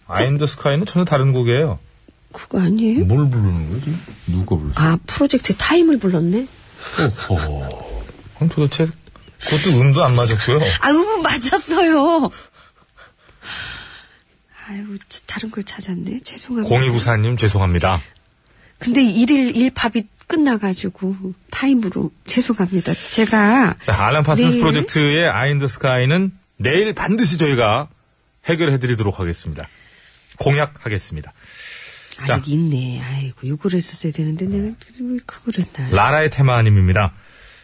아이 인더 스카이는 전혀 다른 곡이에요.
그거 아니에요?
뭘 부르는 거지? 누가 불렀어?
아, 프로젝트 타임을 불렀네?
오호. 그럼 도대체 그것도 음도 안 맞았고요.
아우, 맞았어요. 아유, 저 다른 걸 찾았네. 죄송합니다.
0294님 죄송합니다.
근데 일일 일팝이 끝나가지고 타임으로 죄송합니다. 제가
자, 알람 파슨스
네.
프로젝트의 아인더 스카이는 내일 반드시 저희가 해결해 드리도록 하겠습니다. 공약하겠습니다.
아
자.
여기 있네. 아이고 요걸 했었어야 되는데 내가 왜 그걸 했나?
라라의 테마님입니다.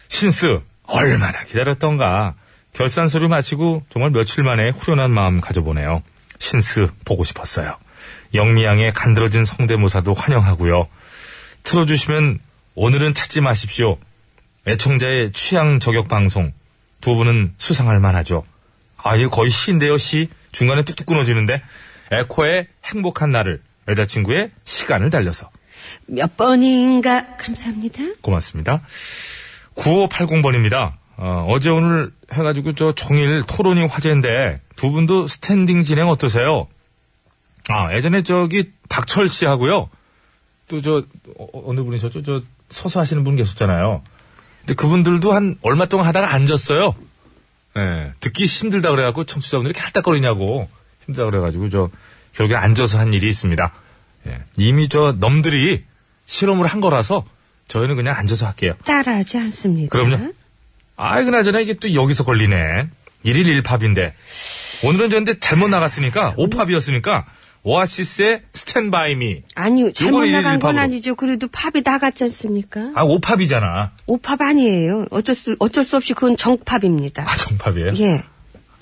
신스 얼마나 기다렸던가. 결산 서류 마치고 정말 며칠 만에 후련한 마음 가져보네요. 신스 보고 싶었어요. 영미양의 간드러진 성대모사도 환영하고요. 틀어주시면 오늘은 찾지 마십시오. 애청자의 취향 저격 방송 두 분은 수상할 만하죠. 아 이거 거의 시인데요 시 중간에 뚝뚝 끊어지는데 에코의 행복한 날을 여자친구의 시간을 달려서
몇 번인가 감사합니다.
고맙습니다. 9580번입니다. 어, 제 오늘 해가지고 저 종일 토론이 화제인데 두 분도 스탠딩 진행 어떠세요? 아 예전에 저기 박철 씨하고요. 또 저 어느 분이셨죠? 저 서서 하시는 분 계셨잖아요. 근데 그분들도 한 얼마 동안 하다가 앉았어요. 예, 듣기 힘들다 그래갖고 청취자분들이 캘딱거리냐고 힘들다 그래가지고 저 결국에 앉아서 한 일이 있습니다. 예, 이미 저 넘들이 실험을 한 거라서 저희는 그냥 앉아서 할게요.
따라하지 않습니다.
그럼요. 아이, 그나저나 이게 또 여기서 걸리네. 1일 1팝인데. 오늘은 저는데 잘못
네.
나갔으니까, 5팝이었으니까, 오아시스의 스탠바이 미.
아니요 잘못
요거를
나간 건
일일팝으로.
아니죠. 그래도 팝이 나갔지 않습니까?
아, 5팝이잖아.
오팝 아니에요. 어쩔 수 어쩔 수 없이 그건 정팝입니다.
아, 정팝이에요?
예,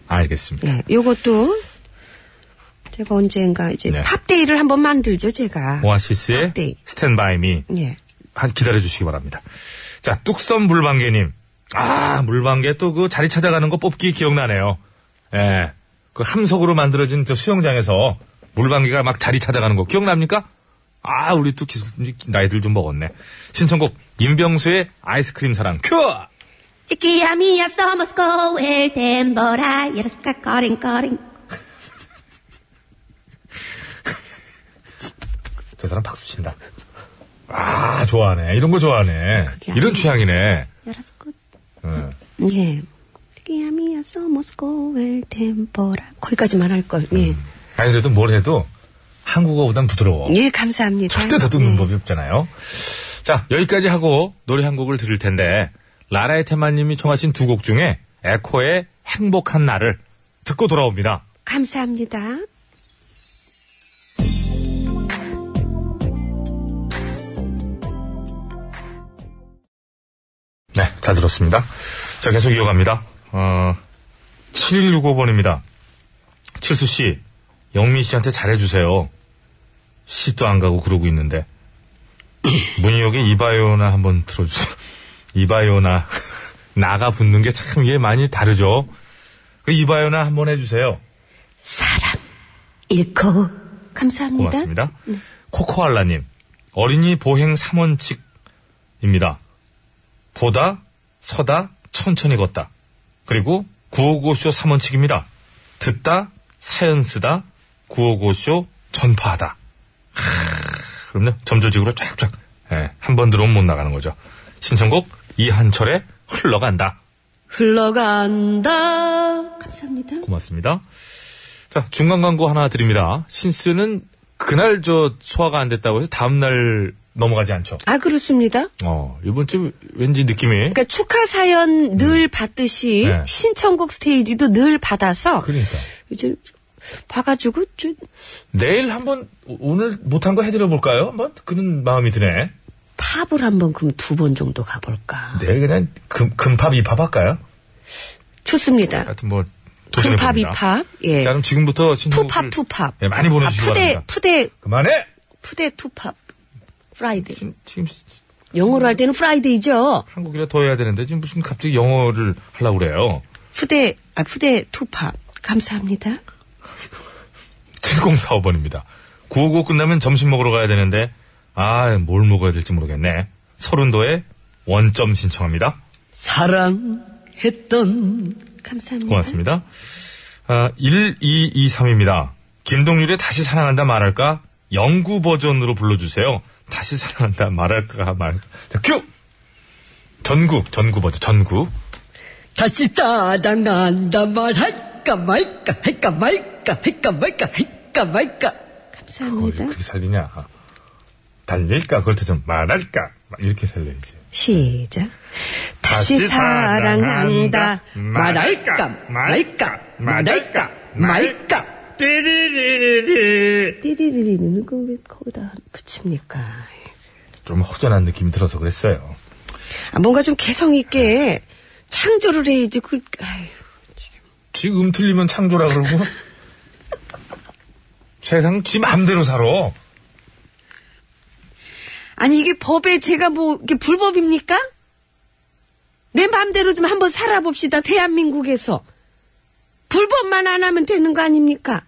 알겠습니다.
예. 요것도 제가 언젠가 이제
네.
팝데이를 한번 만들죠 제가.
오아시스의
팝데이.
스탠바이 미.
예.
한 기다려 주시기 바랍니다. 자, 뚝섬 물방개님. 아, 물방개 또 그 자리 찾아가는 거 뽑기 기억나네요. 예. 그 함석으로 만들어진 저 수영장에서 물방개가 막 자리 찾아가는 거 기억납니까? 아, 우리 또 기술분이 나이들 좀 먹었네. 신청곡, 임병수의 아이스크림 사랑. 큐!
Chiquilla mía, somos con el temporal y eres cacorin, corin.
저 사람 박수 친다. 아, 좋아하네. 이런 거 좋아하네. 이런 취향이네.
Eres cu-
응.
예.
Chiquilla mía, somos con el temporal.
거기까지만 할 걸. 예.
아니, 그래도 뭘 해도 음, 한국어보단 부드러워.
예, 감사합니다.
절대
예.
더듬는 법이 없잖아요. 자, 여기까지 하고 노래 한 곡을 들을 텐데, 라라의 테마님이 청하신 두 곡 중에 에코의 행복한 날을 듣고 돌아옵니다.
감사합니다.
네, 잘 들었습니다. 자, 계속 이어갑니다. 어, 7165번입니다. 칠수 씨, 영민 씨한테 잘해주세요. 시도 안 가고 그러고 있는데. 문희옥의 이바요나 한번 틀어주세요. 이바요나. 나가 붙는 게 참 이게 많이 다르죠? 그 이바요나 한번 해주세요.
사랑 잃고 감사합니다. 네.
고맙습니다. 코코알라님, 어린이 보행 3원칙입니다. 보다, 서다, 천천히 걷다. 그리고 955쇼 3원칙입니다. 듣다, 사연 쓰다, 955쇼 전파하다. 하, 그럼요. 점조직으로 쫙쫙. 예, 한 번 들어오면 못 나가는 거죠. 신청곡 이한철의 흘러간다.
흘러간다.
감사합니다.
네.
고맙습니다. 자, 중간 광고 하나 드립니다. 신스는 그날 저 소화가 안 됐다고 해서 다음날 넘어가지 않죠.
아 그렇습니다.
어, 이번 주 왠지 느낌이.
그러니까 축하 사연 늘 받듯이
네.
신청곡 스테이지도 늘 받아서
그러니까.
요즘 봐가지고 좀
내일 한번 오- 오늘 못한 거 해드려 볼까요? 한번 그런 마음이 드네.
팝을 한번 그럼 두 번 정도 가볼까.
내일 그냥 금 금팝 이팝 할까요?
좋습니다.
하여튼 뭐 도전해
금팝
봅니다.
이팝 예.
자, 그럼 지금부터 신청곡
투팝 투팝.
예, 많이 보내주시기
아, 푸대
바랍니다.
푸대
그만해.
푸대 투팝. 프라이데이.
지금
영어로 할 때는 프라이데이죠.
한국이라 더 해야 되는데 지금 무슨 갑자기 영어를 하려고 그래요.
푸대 아 푸대 투팝. 감사합니다.
7045번입니다. 955 끝나면 점심 먹으러 가야 되는데, 아, 뭘 먹어야 될지 모르겠네. 서른도에 원점 신청합니다.
사랑했던 감사합니다.
고맙습니다. 아, 1223입니다. 김동률의 다시 사랑한다 말할까? 영구 버전으로 불러주세요. 다시 사랑한다 말할까 말까. 자, 큐! 전구, 전구 버전, 전구.
다시 따당한다 말할까 말까 할까 말까 할까 말까 할까 말까
그걸
감사합니다.
그렇게 살리냐. 달릴까? 그걸 좀 말할까? 막 이렇게 살려야지.
시작. 다시 사랑한다. 말할까, 말할까,
아,
말할까, 말까.
띠리리리리.
띠리리리는 그왜 거기다 붙입니까?
좀 허전한 느낌이 들어서 그랬어요.
아, 뭔가 좀 개성 있게 창조를 해야지. 그, 아휴,
지금 음 틀리면 창조라 그러고. 세상 지 마음대로 살아.
아니 이게 법에 제가 뭐 이게 불법입니까? 내 마음대로 좀 한번 살아봅시다. 대한민국에서 불법만 안 하면 되는 거 아닙니까?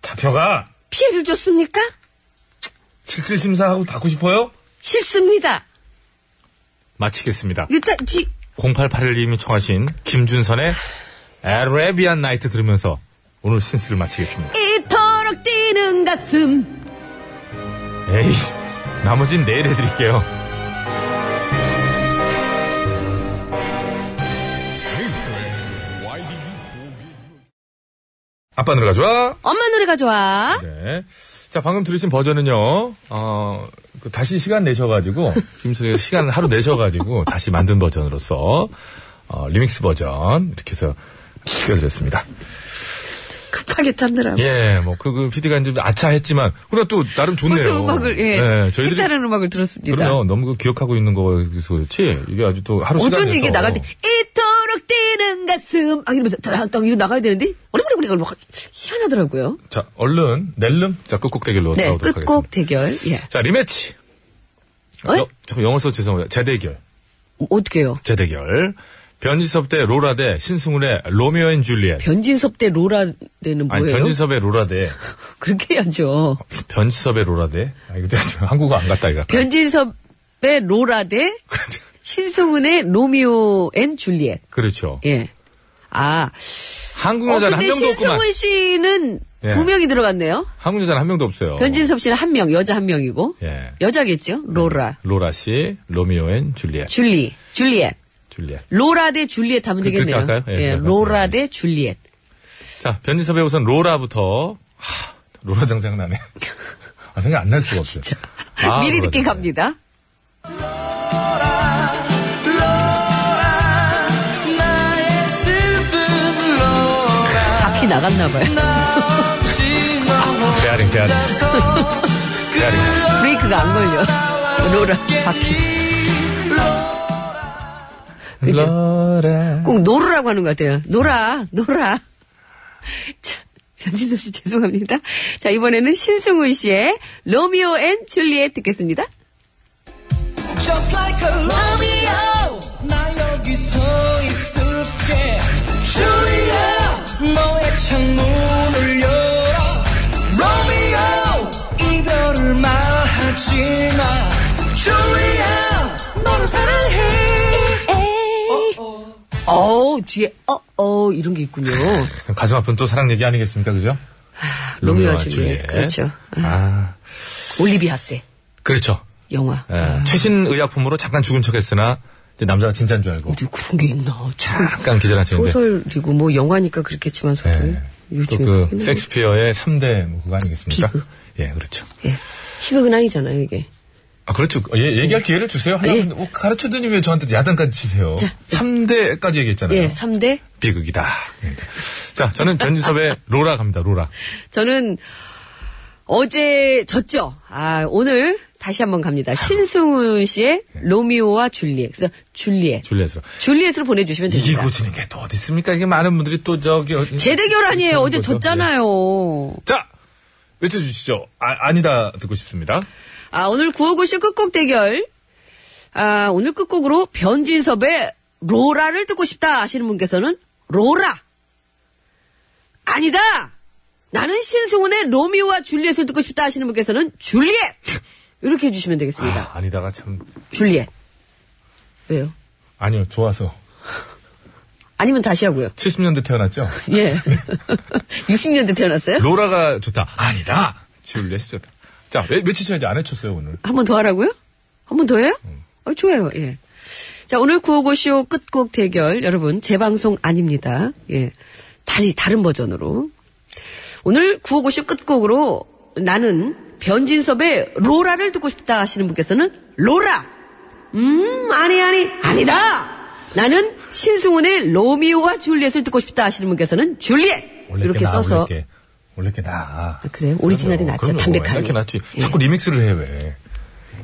잡혀가.
피해를 줬습니까?
실질 심사하고 받고 싶어요?
싫습니다.
마치겠습니다.
일단 지,
0881님이 청하신 김준선의 아레비안 나이트 들으면서 오늘 신스를 마치겠습니다.
이토록 뛰는 가슴
에이, 나머진 내일 해드릴게요. 아빠 노래가 좋아?
엄마 노래가 좋아
네. 자, 방금 들으신 버전은요, 어, 그 다시 시간 내셔가지고, 김수희가 시간 하루 내셔가지고, 다시 만든 버전으로서, 어, 리믹스 버전, 이렇게 해서 띄워드렸습니다.
급하게 찾느라고
예, 뭐, 그, 그, PD가 이제 아차 했지만, 그러나 또, 나름 좋네요.
벌써 음악을 예,
저희들이.
색다른 음악을 들었습니다
그럼요. 너무 그 기억하고 있는 거여서 그렇지. 이게 아주 또 하루 시간
어쩐지 이게
내서.
나갈 때 이토록 뛰는 가슴 아 이러면서 딱딱 이거 나가야 되는데 어리버리버리가 막 희한하더라고요
자, 얼른, 낼름. 자, 끝곡 대결로
네
돌아오도록
끝곡
하겠습니다.
대결 예
자, 리매치.
어이?
여- 저 영어 써 죄송합니다. 재대결.
어떻게요
재대결. 변진섭 대 로라 대 신승훈의 로미오 앤 줄리엣.
변진섭 대 로라는
아니,
뭐예요
변진섭의 어, 로라 대.
그렇게 해야죠
변진섭의 로라 대. 아, 이거 내가 지금 한국어 안 갔다, 이거.
변진섭의 로라 대 신승훈의 로미오 앤 줄리엣
그렇죠.
예. 아,
한국
어,
여자는 한
근데
명도 없구만.
신승훈 씨는
예.
두 명이 들어갔네요.
한국 여자는 한 명도 없어요.
변진섭 씨는 한 명, 여자 한 명이고.
예.
여자겠죠? 로라.
로라 씨, 로미오 앤 줄리엣.
줄리. 줄리엣.
줄리엣.
로라 대 줄리엣 하면
그- 그렇게
되겠네요.
할까요? 예,
예,
그렇게
로라
할까요?
대 줄리엣.
자, 변진섭의 우선 로라부터. 하, 로라 장 생각나네. 아, 생각 안 날 수가 없어요. 아,
미리
로라
듣게
장상.
갑니다. 바퀴 나갔나봐요.
베아링, 베아링. 베아링.
브레이크가 안 걸려. 로라, 바퀴. 그죠?
로라.
꼭 노르라고 하는 것 같아요. 노라, 노라. 참, 변진섭 씨 죄송합니다. 자, 이번에는 신승훈 씨의 로미오 앤 줄리엣 듣겠습니다.
Just like a Romeo 나 여기 서 있을게 Julia 너의 창문을 열어 Romeo 이별을 말하지마 Julia 너를 사랑해
어 뒤에 어, 어, 이런 게 있군요.
가슴 아픈 또 사랑 얘기 아니겠습니까, 그죠?
로미오와 줄리엣. 그렇죠.
아,
올리비아세.
그렇죠.
영화.
예, 최신 의약품으로 잠깐 죽은 척했으나 이제 남자가 진짜인 줄 알고
어디 그런 게 있나. 참.
잠깐 기절하시는데 네.
소설이고 뭐 영화니까 그렇겠지만 소설. 요즘에
또그
그렇게
섹스피어의 3대 뭐 그거 아니겠습니까? 예, 그렇죠.
희극은 아니잖아요 이게.
아, 그렇죠. 예, 얘기할 기회를 주세요. 하여간
예.
뭐 가르쳐드니 왜 저한테 야단까지 치세요?
네.
3대까지 얘기했잖아요.
예, 3대.
비극이다. 예. 자, 저는 변진섭의 로라 갑니다, 로라.
저는 어제 졌죠. 아, 오늘 다시 한번 갑니다. 신승훈 씨의 로미오와 줄리엣. 그래서 줄리엣.
줄리엣으로.
줄리엣으로 보내주시면 됩니다.
이기고 지는 게뭐 또 어디 있습니까? 이게 많은 분들이 또 저기. 어디-
재대결 아니에요. 어제
거죠?
졌잖아요.
예. 자! 외쳐주시죠. 아, 아니다 듣고 싶습니다.
아, 오늘 959쇼 끝곡 대결. 아, 오늘 끝곡으로 변진섭의 로라를 듣고 싶다 하시는 분께서는 로라! 아니다! 나는 신승훈의 로미오와 줄리엣을 듣고 싶다 하시는 분께서는 줄리엣! 이렇게 해주시면 되겠습니다.
아, 아니다가 참.
줄리엣. 왜요?
아니요, 좋아서.
아니면 다시 하고요.
70년대 태어났죠?
예. 60년대 태어났어요?
로라가 좋다. 아니다. 줄리엣이 좋다. 자, 왜, 외치셔야지 안 외쳤어요, 오늘.
한 번 더 하라고요? 한 번 더 해요? 어, 좋아요, 예. 자, 오늘 955쇼 끝곡 대결, 여러분, 재방송 아닙니다. 예. 다시 다른 버전으로. 오늘 955쇼 끝곡으로 나는 변진섭의 로라를 듣고 싶다 하시는 분께서는 로라! 음, 아니, 아니, 아니다! 나는 신승훈의 로미오와 줄리엣을 듣고 싶다 하시는 분께서는 줄리엣!
원래
이렇게
나,
써서.
원래 게, 뭐 원래 게 나.
그래요? 오리지널이 낫죠, 담백하게.
이렇게 낫지.
예.
자꾸 리믹스를 해, 왜.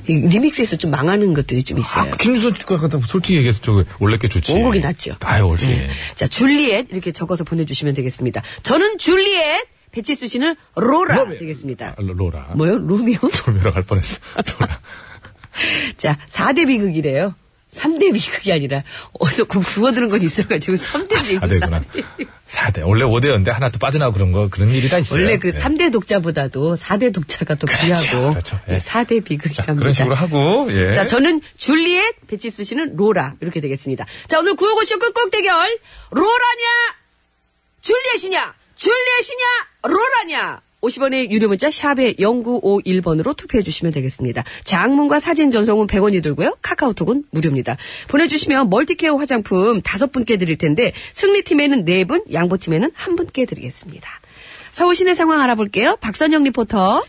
이 리믹스에서 좀 망하는 것들이 좀 있어요.
아, 김준선 씨가 솔직히 얘기해서 저 원래 게 좋지.
원곡이 그 낫죠. 예.
아유, 원래.
자, 줄리엣 이렇게 적어서 보내주시면 되겠습니다. 저는 줄리엣, 배치수 씨는 로라 되겠습니다.
아, 로- 로라.
뭐요? 로미오?
돌멸어 갈 뻔했어. 로라.
자, 4대 비극이래요. 3대 비극이 아니라 어서 그 구워드는 건 있어가지고 3대 비극.
아, 되구나. 4대. 원래 5대였는데 하나 또 빠져나고 그런 거, 그런 일이 다 있어요.
원래 그
예.
3대 독자보다도 4대 독자가 또 귀하고
그렇죠. 예.
4대 비극이랍니다.
그런 식으로 하고, 예.
자, 저는 줄리엣, 배치수 씨는 로라 이렇게 되겠습니다. 자, 오늘 955쇼 끝곡 대결 로라냐 줄리엣이냐 줄리엣이냐 로라냐 50원의 유료 문자 샵에 0951번으로 투표해 주시면 되겠습니다. 장문과 사진 전송은 100원이 들고요. 카카오톡은 무료입니다. 보내주시면 멀티케어 화장품 5분께 드릴 텐데 승리팀에는 4분, 양보팀에는 1분께 드리겠습니다. 서울 시내 상황 알아볼게요. 박선영 리포터.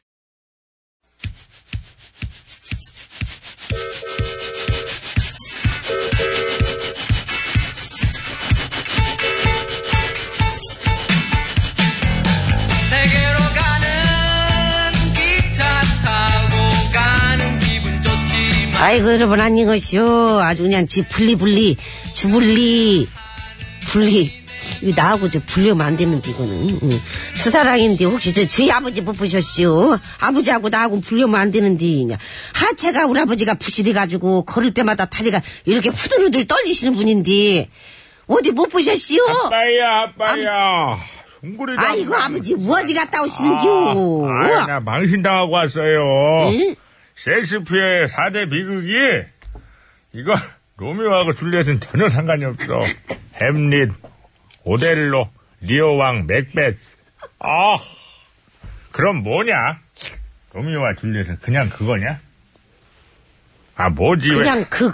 세계로 가는 기차 타고 가는 기분 좋지만
아이고 그 여러분 안녕하시오 아주 그냥 지 분리분리 주분리 분리 이거 나하고 저 분리하면 안 되는데 이거는 응. 수사랑인데 혹시 저 저희 아버지 못 보셨시오 아버지하고 나하고 분리하면 안 되는데 그냥 하체가 우리 아버지가 부실해가지고 걸을 때마다 다리가 이렇게 후들후들 떨리시는 분인데 어디 못 보셨시오
아빠야, 아빠야.
아이고 아버지 뭐 어디 갔다 오시는겨
아, 나 망신당하고 왔어요. 셰익스피어의 4대 비극이 이거 로미오하고 줄리엣은 전혀 상관이 없어. 햄릿, 오델로, 리오왕, 맥벳. 아, 그럼 뭐냐? 로미오와 줄리엣은 그냥 그거냐? 아, 뭐지?
그냥
왜,
그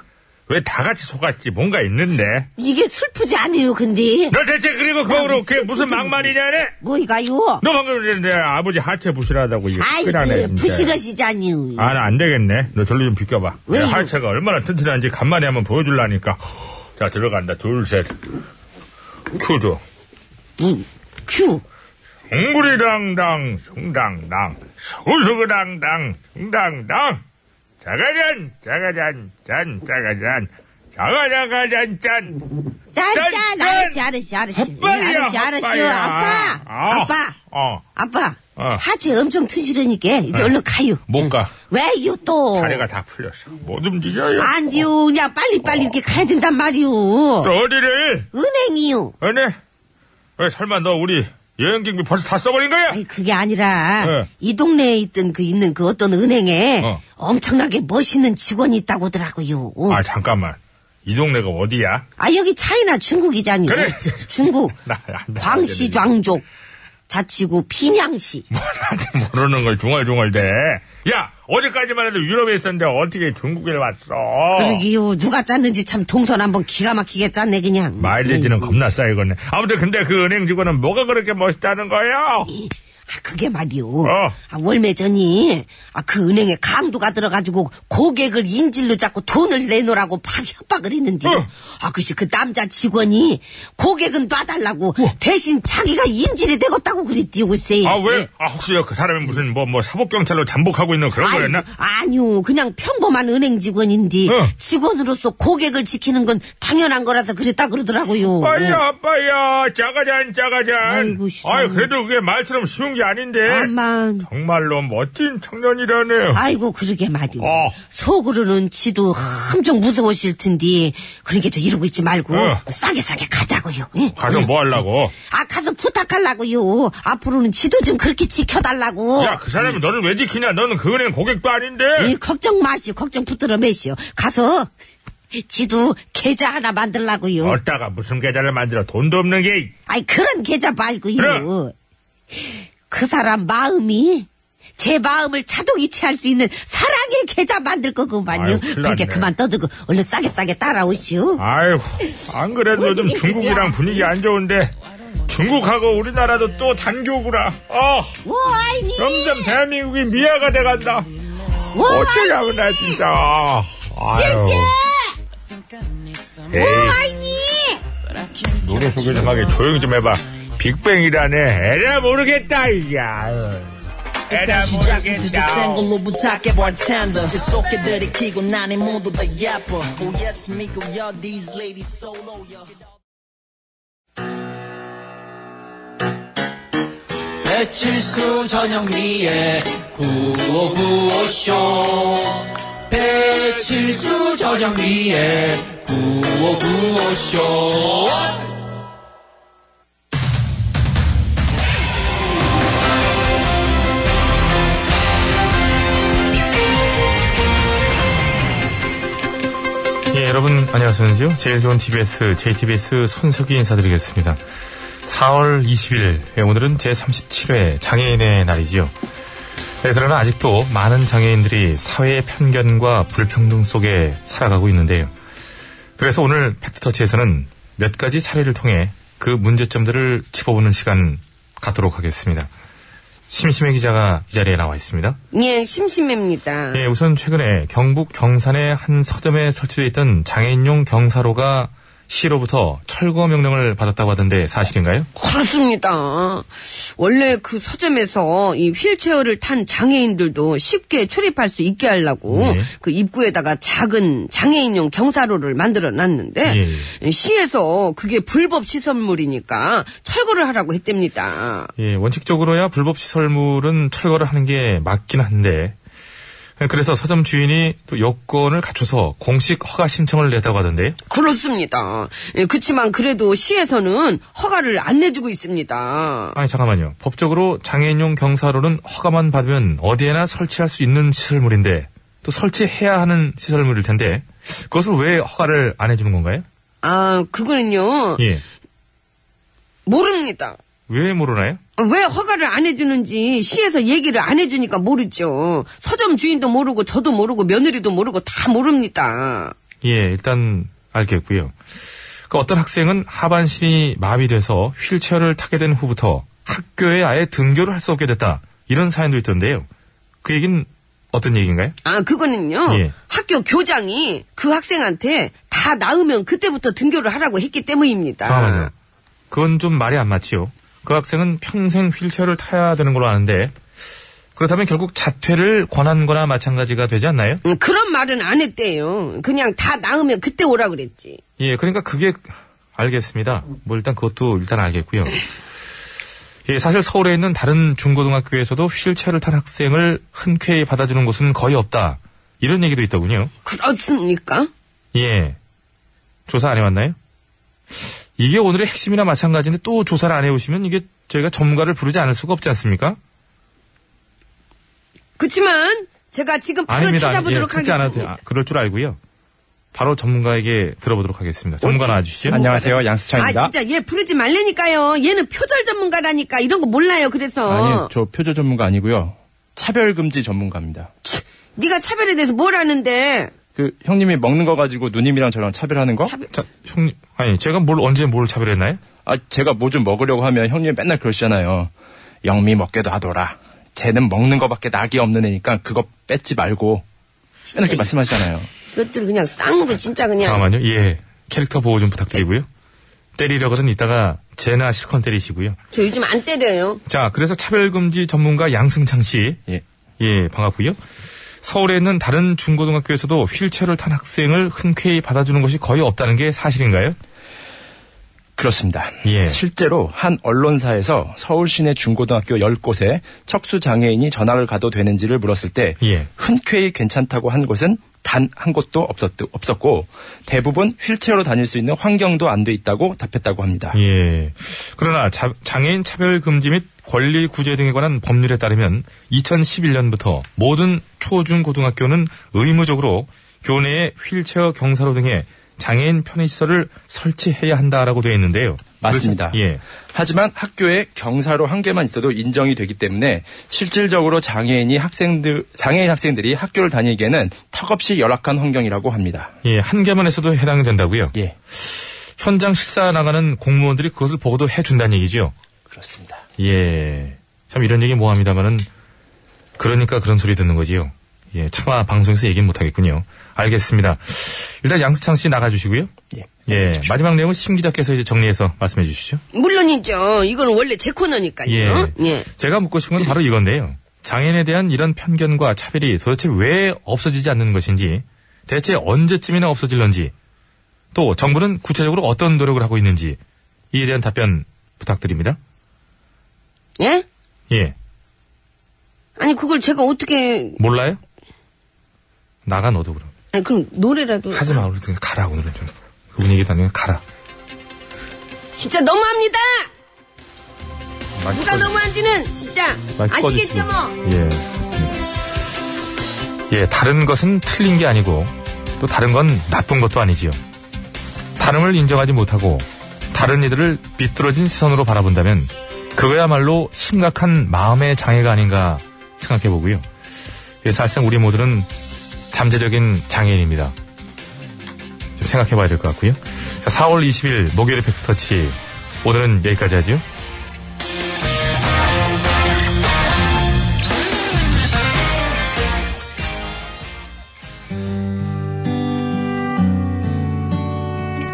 왜 다 같이 속았지? 뭔가 있는데.
이게 슬프지 않아요 근데 아,
너 대체 그리고 거기로 그게 무슨 막말이냐네?
뭐이가요
너 방금 전에 내 아버지 하체 부실하다고 이거
어. 아이고 그 네, 부실하시잖니요
아, 나 안 되겠네. 너 절로 좀 비켜봐. 내
왜요?
하체가 얼마나 튼튼한지 간만에 한번 보여줄라니까. 자, 들어간다. 둘, 셋. 큐죠.
큐.
송구리당당, 송당당, 소수그당당, 송당당. 자가잔, 자가잔, 짠, 자가잔. 장하장하 짠짠.
짠짠 아저씨 아저씨 아저씨
헛발이야,
아저씨 아저씨
헛발이야.
아빠
아,
아빠
어.
아빠
어.
하체 엄청 트지르니까 이제 얼른 가요
못 가.
왜요 또
다리가 다 풀렸어. 못 움직여요.
안디요 그냥 빨리빨리 이렇게 가야 된단 말이요
또 어디를?
은행이요
은행? 왜 설마 너 우리 여행 경비 벌써 다 써버린 거야?
아니 그게 아니라
네.
이 동네에 있던 그 있는 그 어떤 은행에 엄청나게 멋있는 직원이 있다고 하더라고요
아 잠깐만. 이 동네가 어디야?
아 여기 차이나 중국이잖아요
그래.
중국
나, 나, 나
광시 장족 자치구 빈양시
모르는 걸 중얼중얼대. 야 어제까지만 해도 유럽에 있었는데 어떻게 중국에 왔어?
그러기요 뭐 누가 짰는지 참 동선 한번 기가 막히게 짰네 그냥 음.
마일리지는 겁나 쌓이겠네. 아무튼 근데 그 은행 직원은 뭐가 그렇게 멋있다는 거야?
아, 그게 말이요
어.
아, 월매 전이 아, 그 은행에 강도가 들어가지고 고객을 인질로 잡고 돈을 내놓으라고 막 협박을
어.
했는데 아 글쎄 그 남자 직원이 고객은 놔달라고 대신 자기가 인질이 되겠다고 그랬디요 글쎄
어. 아 왜? 아 혹시 그 사람이 무슨 뭐 뭐 사복 경찰로 잠복하고 있는 그런
아유,
거였나?
아니요. 그냥 평범한 은행 직원인데
어.
직원으로서 고객을 지키는 건 당연한 거라서 그랬다 그러더라고요. 예.
아빠야, 아빠야, 짜가잔, 짜가잔. 아이고, 아이, 그래도 그게 말처럼 쉬운 게 아닌데.
암만.
정말로 멋진 청년이라네요. 어.
아이고 그러게 말이오. 속으로는 지도 엄청 무서우실 텐데 그러니까 저 이러고 있지 말고
어.
싸게 싸게 가자고요. 예?
가서 뭐 하려고?
아 가서 부탁하려고요. 앞으로는 지도 좀 그렇게 지켜달라고.
야, 그 사람이 너를 왜 지키냐? 너는 그 은행 고객도 아닌데.
예, 걱정 마시오. 걱정 붙들어 매시오. 가서 지도 계좌 하나 만들라고요.
어따가 무슨 계좌를 만들어 돈도 없는 게.
아이 그런 계좌 말고요.
그래.
그 사람 마음이 제 마음을 자동이체할 수 있는 사랑의 계좌 만들 거구만요.
아유, 큰일 났네.
그러니까 그만 떠들고 얼른 싸게 싸게 따라오시오.
아이고, 안 그래도 요즘 중국이랑 분위기 안 좋은데. 중국하고 우리나라도 또 단교구라. 어.
오아이니.
점점 대한민국이 미아가 돼간다. 어쩌냐고, 나 진짜. 아유. 에이. 노래 소개 좀 하게 조용히 좀 해봐. 빅뱅이라네. 에라 모르겠다, 이야. 에라
시작부터
모르겠다.
생걸로 부탁해 bartender 속에들이 키고 나는 모두 다 예뻐 Oh yes Miko y these ladies so low yo
배칠수 전영미의 구호구호쇼 배칠수 전영미의 구호구호쇼
예, 여러분 안녕하세요. 제일 좋은 TBS, JTBS 손석희 인사드리겠습니다. 4월 20일, 예, 오늘은 제37회 장애인의 날이지요. 예, 그러나 아직도 많은 장애인들이 사회의 편견과 불평등 속에 살아가고 있는데요. 그래서 오늘 팩트터치에서는 몇 가지 사례를 통해 그 문제점들을 짚어보는 시간 갖도록 하겠습니다. 심심해 기자가 이 자리에 나와 있습니다.
예, 심심합니다.
예, 우선 최근에 경북 경산의 한 서점에 설치되어 있던 장애인용 경사로가 시로부터 철거 명령을 받았다고 하던데 사실인가요?
그렇습니다. 원래 그 서점에서 이 휠체어를 탄 장애인들도 쉽게 출입할 수 있게 하려고
네.
그 입구에다가 작은 장애인용 경사로를 만들어 놨는데
예.
시에서 그게 불법 시설물이니까 철거를 하라고 했답니다.
예, 원칙적으로야 불법 시설물은 철거를 하는 게 맞긴 한데 그래서 서점 주인이 또 여건을 갖춰서 공식 허가 신청을 냈다고 하던데요.
그렇습니다. 예, 그치만 그래도 시에서는 허가를 안 내주고 있습니다.
아니 잠깐만요. 법적으로 장애인용 경사로는 허가만 받으면 어디에나 설치할 수 있는 시설물인데 또 설치해야 하는 시설물일 텐데 그것을 왜 허가를 안 해주는 건가요?
아, 그거는요.
예.
모릅니다.
왜 모르나요?
왜 허가를 안 해주는지 시에서 얘기를 안 해주니까 모르죠. 서점 주인도 모르고 저도 모르고 며느리도 모르고 다 모릅니다.
예, 일단 알겠고요. 그 어떤 학생은 하반신이 마비돼서 휠체어를 타게 된 후부터 학교에 아예 등교를 할 수 없게 됐다. 이런 사연도 있던데요. 그 얘기는 어떤 얘기인가요?
아, 그거는요.
예.
학교 교장이 그 학생한테 다 나으면 그때부터 등교를 하라고 했기 때문입니다.
잠깐만요. 그건 좀 말이 안 맞지요. 그 학생은 평생 휠체어를 타야 되는 걸로 아는데 그렇다면 결국 자퇴를 권한 거나 마찬가지가 되지 않나요?
음, 그런 말은 안 했대요. 그냥 다 나으면 그때 오라 그랬지.
예, 그러니까 그게 알겠습니다. 뭐 일단 그것도 일단 알겠고요. 예, 사실 서울에 있는 다른 중고등학교에서도 휠체어를 탄 학생을 흔쾌히 받아주는 곳은 거의 없다. 이런 얘기도 있더군요.
그렇습니까?
예. 조사 안 해왔나요? 이게 오늘의 핵심이나 마찬가지인데 또 조사를 안 해오시면 이게 저희가 전문가를 부르지 않을 수가 없지 않습니까?
그렇지만 제가 지금 바로
아닙니다.
찾아보도록
예, 그렇지 않아도
하겠습니다.
돼요. 아, 그럴 줄 알고요. 바로 전문가에게 들어보도록 하겠습니다. 전문가 나와주시죠.
안녕하세요.
아 진짜 얘 부르지 말라니까요. 얘는 표절 전문가라니까 이런 거 몰라요. 그래서
어.
아니, 저 표절 전문가 아니고요. 차별금지 전문가입니다.
네가 차별에 대해서 뭘 아는데?
그 형님이 먹는 거 가지고 누님이랑 저랑 차별하는 거?
자, 형님, 아니 제가 뭘 언제 뭘 차별했나요?
아, 제가 뭐 좀 먹으려고 하면 형님이 맨날 그러시잖아요. 영미 먹게 놔둬라. 쟤는 먹는 거밖에 낙이 없는 애니까 그거 뺏지 말고. 맨날 이렇게 말씀하시잖아요.
이것들 그냥 쌍으로 진짜 그냥
잠깐만요. 예. 캐릭터 보호 좀 부탁드리고요. 때리려고선 이따가 제나 실컷 때리시고요.
저 요즘 안 때려요.
자, 그래서 차별금지 전문가 양승창 씨.
예.
반갑고요. 서울에 있는 다른 중고등학교에서도 휠체어를 탄 학생을 흔쾌히 받아주는 것이 거의 없다는 게 사실인가요?
그렇습니다.
예.
실제로 한 언론사에서 서울 시내 중고등학교 10곳에 척수 장애인이 전학을 가도 되는지를 물었을 때
예.
흔쾌히 괜찮다고 한 곳은 단 한 곳도 없었, 없었고 대부분 휠체어로 다닐 수 있는 환경도 안 돼 있다고 답했다고 합니다.
예. 그러나 자- 장애인 차별 금지 및 권리 구제 등에 관한 법률에 따르면 2011년부터 모든 초중고등학교는 의무적으로 교내에 휠체어 경사로 등의 장애인 편의 시설을 설치해야 한다라고 되어 있는데요.
맞습니다.
그래서- 예.
하지만 학교에 경사로 한 개만 있어도 인정이 되기 때문에 실질적으로 장애인이 학생들 장애인 학생들이 학교를 다니기에는 턱없이 열악한 환경이라고 합니다.
예, 한 개만 해서도 해당이 된다고요?
예.
현장 식사 나가는 공무원들이 그것을 보고도 해준다는 얘기죠?
그렇습니다.
예. 참 이런 얘기 뭐합니다마는 그러니까 그런 소리 듣는 거지요. 예, 차마 방송에서 얘기는 못하겠군요. 알겠습니다. 일단 양수창 씨 나가주시고요.
예.
마지막 내용은 심 기자께서 이제 정리해서 말씀해 주시죠.
물론이죠. 이건 원래 제 코너니까요.
예.
예.
제가 묻고 싶은 건 바로 이건데요. 장애인에 대한 이런 편견과 차별이 도대체 왜 없어지지 않는 것인지, 대체 언제쯤이나 없어질런지, 또 정부는 구체적으로 어떤 노력을 하고 있는지, 이에 대한 답변 부탁드립니다.
예?
예.
아니 그걸 제가 어떻게
몰라요? 나가 너도 그럼.
아니 그럼 노래라도
하지 마. 우리 아, 그냥 가라 오늘은 좀. 그 분위기 다니면 가라.
진짜 너무합니다.
마이크
누가
꺼주-
너무한지는 진짜
마이크
아시겠죠
꺼주시고요.
뭐.
예. 그렇습니다. 예, 다른 것은 틀린 게 아니고 또 다른 건 나쁜 것도 아니지요. 다름을 인정하지 못하고 다른 이들을 비뚤어진 시선으로 바라본다면 그거야말로 심각한 마음의 장애가 아닌가 생각해 보고요. 예, 사실상 우리 모두는 잠재적인 장애인입니다. 좀 생각해 봐야 될 것 같고요. 자, 4월 20일 목요일 팩스터치. 오늘은 여기까지 하죠.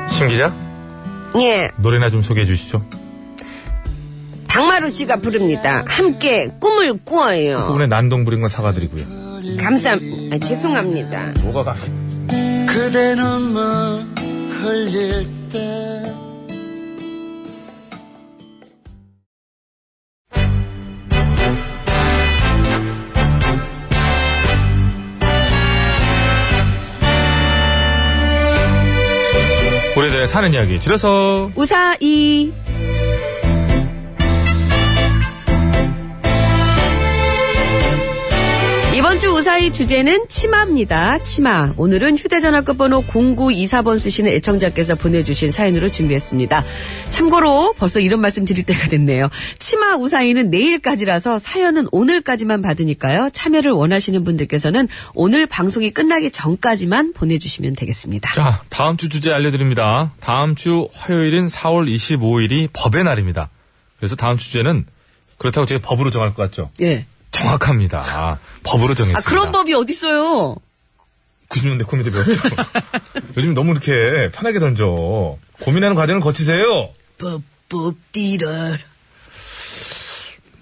심 기자,
예.
노래나 좀 소개해 주시죠.
박마루 씨가 부릅니다. 함께 꿈을 꾸어요.
그분의 난동 부린 건 사과드리고요.
감사 아, 죄송합니다.
뭐가 가?
그대 눈물 흘릴 때
우리들의 사는 이야기 줄여서
우사이 이번 주 우사의 주제는 치마입니다. 치마. 오늘은 휴대전화 끝번호 0924번 쓰시는 애청자께서 보내주신 사연으로 준비했습니다. 참고로 벌써 이런 말씀 드릴 때가 됐네요. 치마 우사이는 내일까지라서 사연은 오늘까지만 받으니까요. 참여를 원하시는 분들께서는 오늘 방송이 끝나기 전까지만 보내주시면 되겠습니다.
자, 다음 주 주제 알려드립니다. 다음 주 화요일인 4월 25일이 법의 날입니다. 그래서 다음 주 주제는 그렇다고 제가 법으로 정할 것 같죠?
예.
정확합니다. 아, 법으로 정했습니다.
아, 그런 법이 어딨어요?
90년대 코미디 배웠죠. 요즘 너무 이렇게 편하게 던져. 고민하는 과정을 거치세요.
법, 법, 디럴.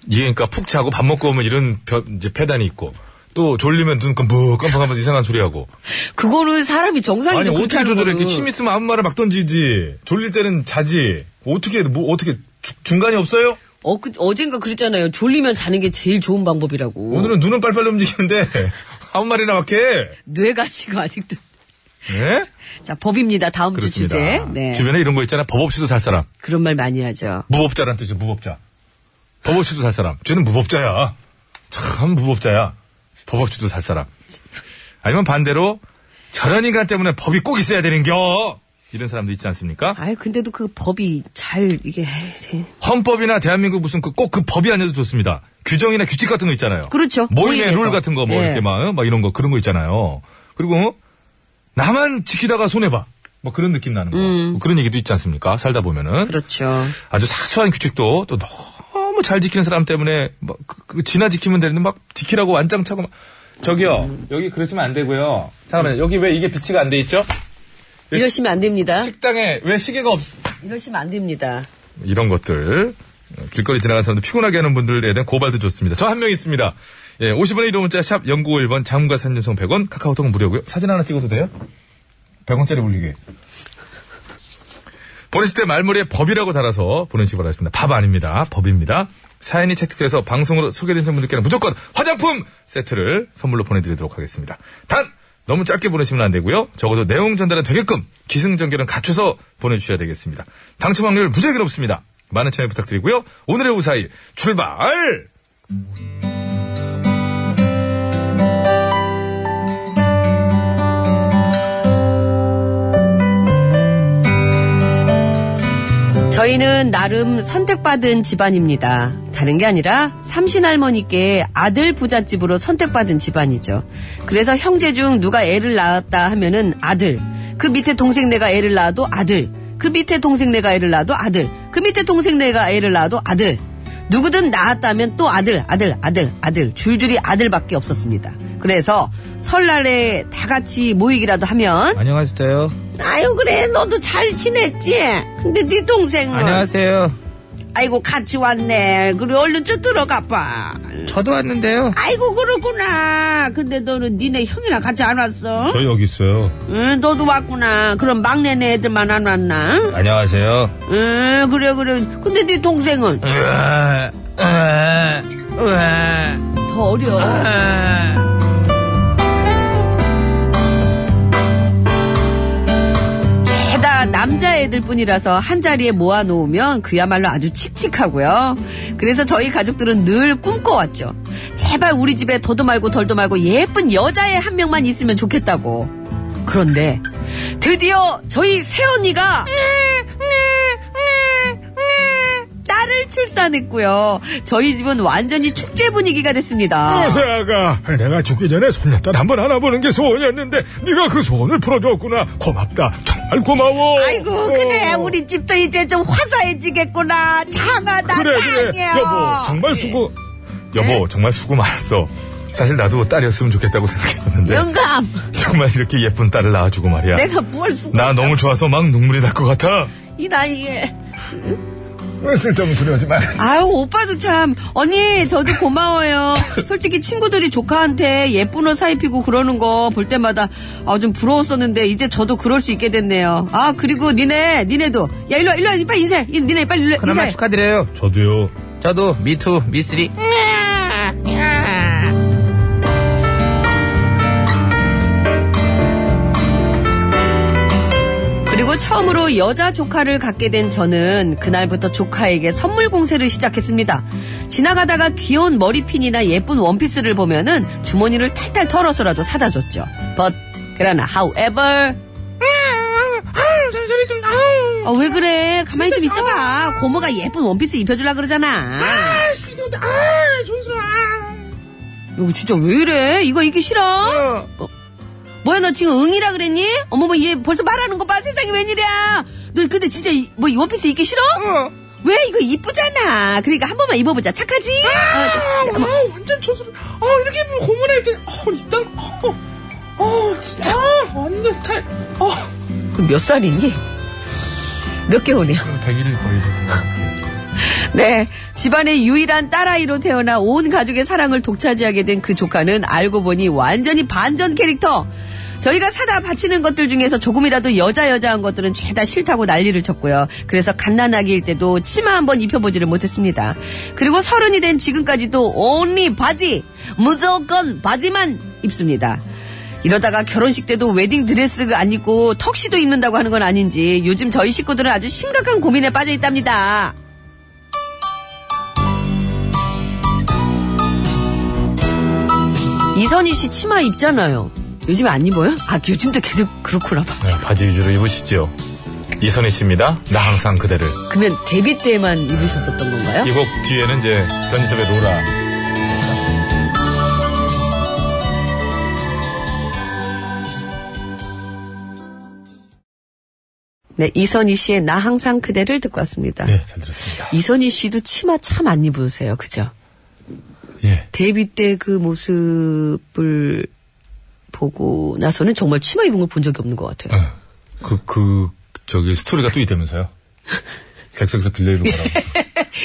이게 그러니까 푹 자고 밥 먹고 오면 이런 벼- 이제 폐단이 있고 또 졸리면 눈 깜빡깜빡하면서 이상한 소리 하고
그거는 사람이 정상이
아니 어떻게 조절해? 이렇게 힘 있으면 아무 말을 막 던지지. 졸릴 때는 자지. 어떻게 뭐 어떻게 주- 중간이 없어요?
어, 그, 어젠가 그랬잖아요. 졸리면 자는 게 제일 좋은 방법이라고.
오늘은 눈은 빨빨 움직이는데 아무 말이나 막 해.
뇌가 지금 아직도.
네?
자, 법입니다. 다음 주
그렇습니다.
주제. 네.
주변에 이런 거 있잖아. 법 없이도 살 사람.
그런 말 많이 하죠.
무법자란 뜻이죠. 무법자. 법 없이도 살 사람. 쟤는 무법자야. 참 무법자야. 법 없이도 살 사람. 아니면 반대로 저런 인간 때문에 법이 꼭 있어야 되는겨. 이런 사람도 있지 않습니까?
아유, 근데도 그 법이 잘, 이게, 에이, 네.
헌법이나 대한민국 무슨 그 꼭 그 법이 아니어도 좋습니다. 규정이나 규칙 같은 거 있잖아요.
그렇죠.
모임의
모임에서.
룰 같은 거 뭐
예.
이렇게 막, 어? 막 이런 거 그런 거 있잖아요. 그리고 어? 나만 지키다가 손해봐. 뭐 그런 느낌 나는 거.
음.
뭐 그런 얘기도 있지 않습니까? 살다 보면은.
그렇죠.
아주 사소한 규칙도 또 너무 잘 지키는 사람 때문에 막 그- 그 지나 지키면 되는데 막 지키라고 완장 차고 막. 저기요. 여기 그러시면 안 되고요. 잠깐만요. 여기 왜 이게 비치가 안 돼 있죠?
이러시면 안 됩니다.
식당에 왜 시계가 없,
이러시면 안 됩니다.
이런 것들 어, 길거리 지나가는 사람들 피곤하게 하는 분들에 대한 고발도 좋습니다. 저 한 명 있습니다. 예, 50원의 이호 문자 샵 0951번 장문과 산윤성 100원 카카오톡 은 무료고요. 사진 하나 찍어도 돼요? 100원짜리 올리게. 보내실 때 말머리에 법이라고 달아서 보내시기 바라겠습니다. 밥 아닙니다. 법입니다. 사연이 채택돼서 방송으로 소개되신 분들께는 무조건 화장품 세트를 선물로 보내드리도록 하겠습니다. 단! 너무 짧게 보내시면 안 되고요. 적어도 내용 전달은 되게끔 기승전결은 갖춰서 보내주셔야 되겠습니다. 당첨 확률 무지하게 높습니다. 많은 참여 부탁드리고요. 오늘의 우사히 출발!
저희는 나름 선택받은 집안입니다. 다른 게 아니라 삼신 할머니께 아들 부잣집으로 선택받은 집안이죠. 그래서 형제 중 누가 애를 낳았다 하면은 아들. 그 밑에 동생 내가 애를 낳아도 아들. 그 밑에 동생 내가 애를 낳아도 아들. 그 밑에 동생 내가 애를 낳아도 아들. 누구든 낳았다면 또 아들, 아들, 아들, 아들. 줄줄이 아들밖에 없었습니다. 그래서 설날에 다 같이 모이기라도 하면
안녕하세요.
음.
아유 그래 너도 잘 지냈지? 근데 네 동생은
안녕하세요.
아이고 같이 왔네. 그래 얼른 쭉 들어가 봐.
저도 왔는데요.
아이고 그러구나. 근데 너는 니네 형이랑 같이 안 왔어?
여기 있어요.
응 너도 왔구나. 그럼 막내네 애들만 안 왔나?
안녕하세요.
응 그래 그래. 근데 네 동생은 아,
더 어려워. 게다 남자애들 뿐이라서 한 자리에 모아놓으면 그야말로 아주 칙칙하고요. 그래서 저희 가족들은 늘 꿈꿔왔죠. 제발 우리 집에 더도 말고 덜도 말고 예쁜 여자애 한 명만 있으면 좋겠다고. 그런데 드디어 저희 새언니가 딸을 출산했고요. 저희 집은 완전히 축제 분위기가 됐습니다.
어서 아가 내가 죽기 전에 손녀딸 한번 안아보는 게 소원이었는데 네가 그 소원을 풀어줬구나 고맙다 정말 고마워
아이고 그래
어.
우리 집도 이제 좀 화사해지겠구나. 장하다
그래
장해.
그래 여보 정말 수고
네.
여보, 정말 수고 많았어. 사실 나도 딸이었으면 좋겠다고 생각했었는데.
영감!
정말 이렇게 예쁜 딸을 낳아주고 말이야.
내가 뭘 수고
나 너무 좋아서 막 눈물이 날 것 같아. 네,
이 나이에.
쓸데없는 소리 하지 마
아유 오빠도 참 언니 저도 고마워요. 솔직히 친구들이 조카한테 예쁜 옷 사입히고 그러는 거 볼 때마다 아, 좀 부러웠었는데 이제 저도 그럴 수 있게 됐네요. 아 그리고 니네 니네도 야 일로 와, 일로 와, 빨리 인사해. 이, 니네 빨리 일로 와,
그나마
인사해.
축하드려요.
저도요.
저도 미투 미쓰리.
그리고 처음으로 여자 조카를 갖게 된 저는 그날부터 조카에게 선물 공세를 시작했습니다. 지나가다가 귀여운 머리핀이나 예쁜 원피스를 보면은 주머니를 탈탈 털어서라도 사다 줬죠. But 그러나 however
아유 잔소리 좀 아유.
아, 왜 그래? 가만히 좀 있어봐. 아, 고모가 예쁜 원피스 입혀주려 그러잖아.
아 진짜 아 존수 아.
이거 어, 진짜 왜 이래? 이거 입기 싫어? 어, 뭐야, 너 지금 응이라 그랬니? 어머머, 얘 벌써 말하는 거 봐. 세상에 웬일이야. 너 근데 진짜 이- 뭐, 이 원피스 입기 싫어? 왜? 이거 이쁘잖아. 그러니까 한 번만 입어보자. 착하지? 아, 자, 어머.
완전 조수를 어 이렇게 보면 고문할 때어이땅 어. 어 진짜 완전 스타일 어.
그럼 그 몇 살이니? 몇 개월이야?
100일 거의.
네. 집안의 유일한 딸아이로 태어나 온 가족의 사랑을 독차지하게 된 그 조카는 알고 보니 완전히 반전 캐릭터. 저희가 사다 바치는 것들 중에서 조금이라도 여자 여자한 것들은 죄다 싫다고 난리를 쳤고요. 그래서 갓난아기일 때도 치마 한번 입혀보지를 못했습니다. 그리고 서른이 된 지금까지도 only 바지 무조건 바지만 입습니다. 이러다가 결혼식 때도 웨딩 드레스 안 입고 턱시도 입는다고 하는 건 아닌지 요즘 저희 식구들은 아주 심각한 고민에 빠져 있답니다. 이선희 씨 치마 입잖아요. 요즘에 안 입어요? 아, 요즘도 계속 그렇구나.
네, 바지 위주로 입으시죠. 이선희 씨입니다. 나 항상 그대를.
그러면 데뷔 때만 입으셨었던 건가요?
이 곡 뒤에는 이제 변지섭의 로라.
네, 이선희 씨의 나 항상 그대를 듣고 왔습니다.
네, 잘 들었습니다.
이선희 씨도 치마 참 안 입으세요. 그죠?
예.
데뷔 때 그 모습을 보고 나서는 정말 치마 입은 걸 본 적이 없는 것 같아요.
네. 그, 그, 저기 스토리가 또 있다면서요? 객석에서 빌레이로
예.
가라고.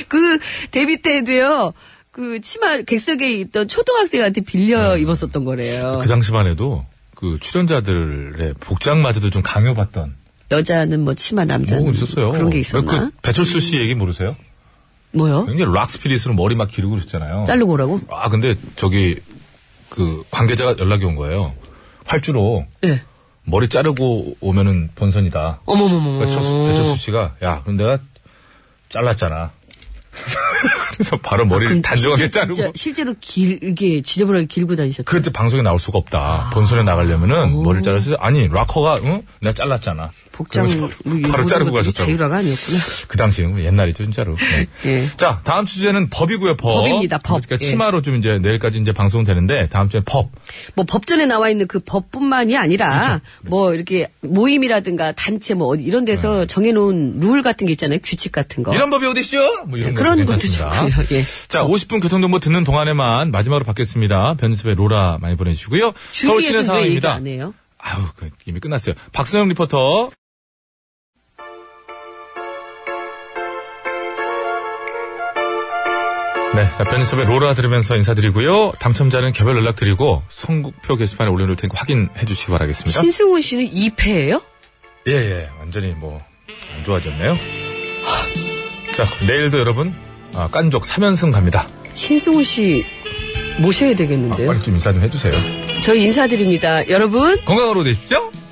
그 데뷔 때도요. 그 치마 객석에 있던 초등학생한테 빌려 입었었던 거래요.
음. 그 당시만 해도 그 출연자들의 복장마저도 좀 강요받던
여자는 뭐 치마 남자는
뭐 있었어요.
그런 게 있었나?
그 배철수 씨 얘기 모르세요?
뭐요?
굉장히 락스피릿으로 머리 막 기르고 그랬잖아요.
자르고 오라고?
아 근데 저기 그 관계자가 연락이 온 거예요. 활주로
예.
머리 자르고 오면은 본선이다. 그러니까
어머머머.
배철수, 배철수 씨가 야 그럼 내가 잘랐잖아. 그래서 바로 머리를 단정하게
아, 진짜,
자르고
진짜 실제로 길게 지저분하게 길고 다니셨다.
그때 방송에 나올 수가
아.
없다. 본선에 나가려면은 머리를 잘라서 아니 락커가 응? 내가 잘랐잖아.
복장
그러면서
뭐 이런
바로 자르고
것들이
가셨다고.
자유라가 아니었구나.
그 당시에는 옛날이죠, 진짜로. 네. 자, 다음 주 주제는 법이고요, 법.
예. 법입니다, 법.
그러니까
예.
치마로 좀 이제 내일까지 이제 방송 되는데 다음 주에 법.
뭐 법전에 나와 있는 그 법뿐만이 아니라
그렇죠.
뭐 이렇게 모임이라든가 단체 뭐 어디 이런 데서 정해놓은 룰 같은 게 있잖아요. 규칙 같은 거.
네. 이런 법이 어디시죠? 뭐 이런
네, 그런
것도
것도
괜찮습니다.
좋고요. 예.
자, 50분 교통정보 듣는 동안에만 마지막으로 받겠습니다. 변수의 로라 많이 보내주시고요. 서울 시내
준비해서 왜 얘기
상황입니다.
안 해요?
아우, 그 이미 끝났어요. 박선영 리포터. 네, 자, 변수의 로라 들으면서 인사드리고요. 당첨자는 개별 연락드리고 선곡표 게시판에 올려놓을 테니까 확인해 주시기 바라겠습니다.
신승훈 씨는 2패예요?
예, 예. 완전히 뭐, 안 좋아졌네요. 자, 내일도 여러분, 아, 깐족 3연승 갑니다.
신승훈 씨 모셔야 되겠는데요.
빨리 좀 인사 좀 해주세요.
저희 인사드립니다. 여러분
건강으로 되십시오.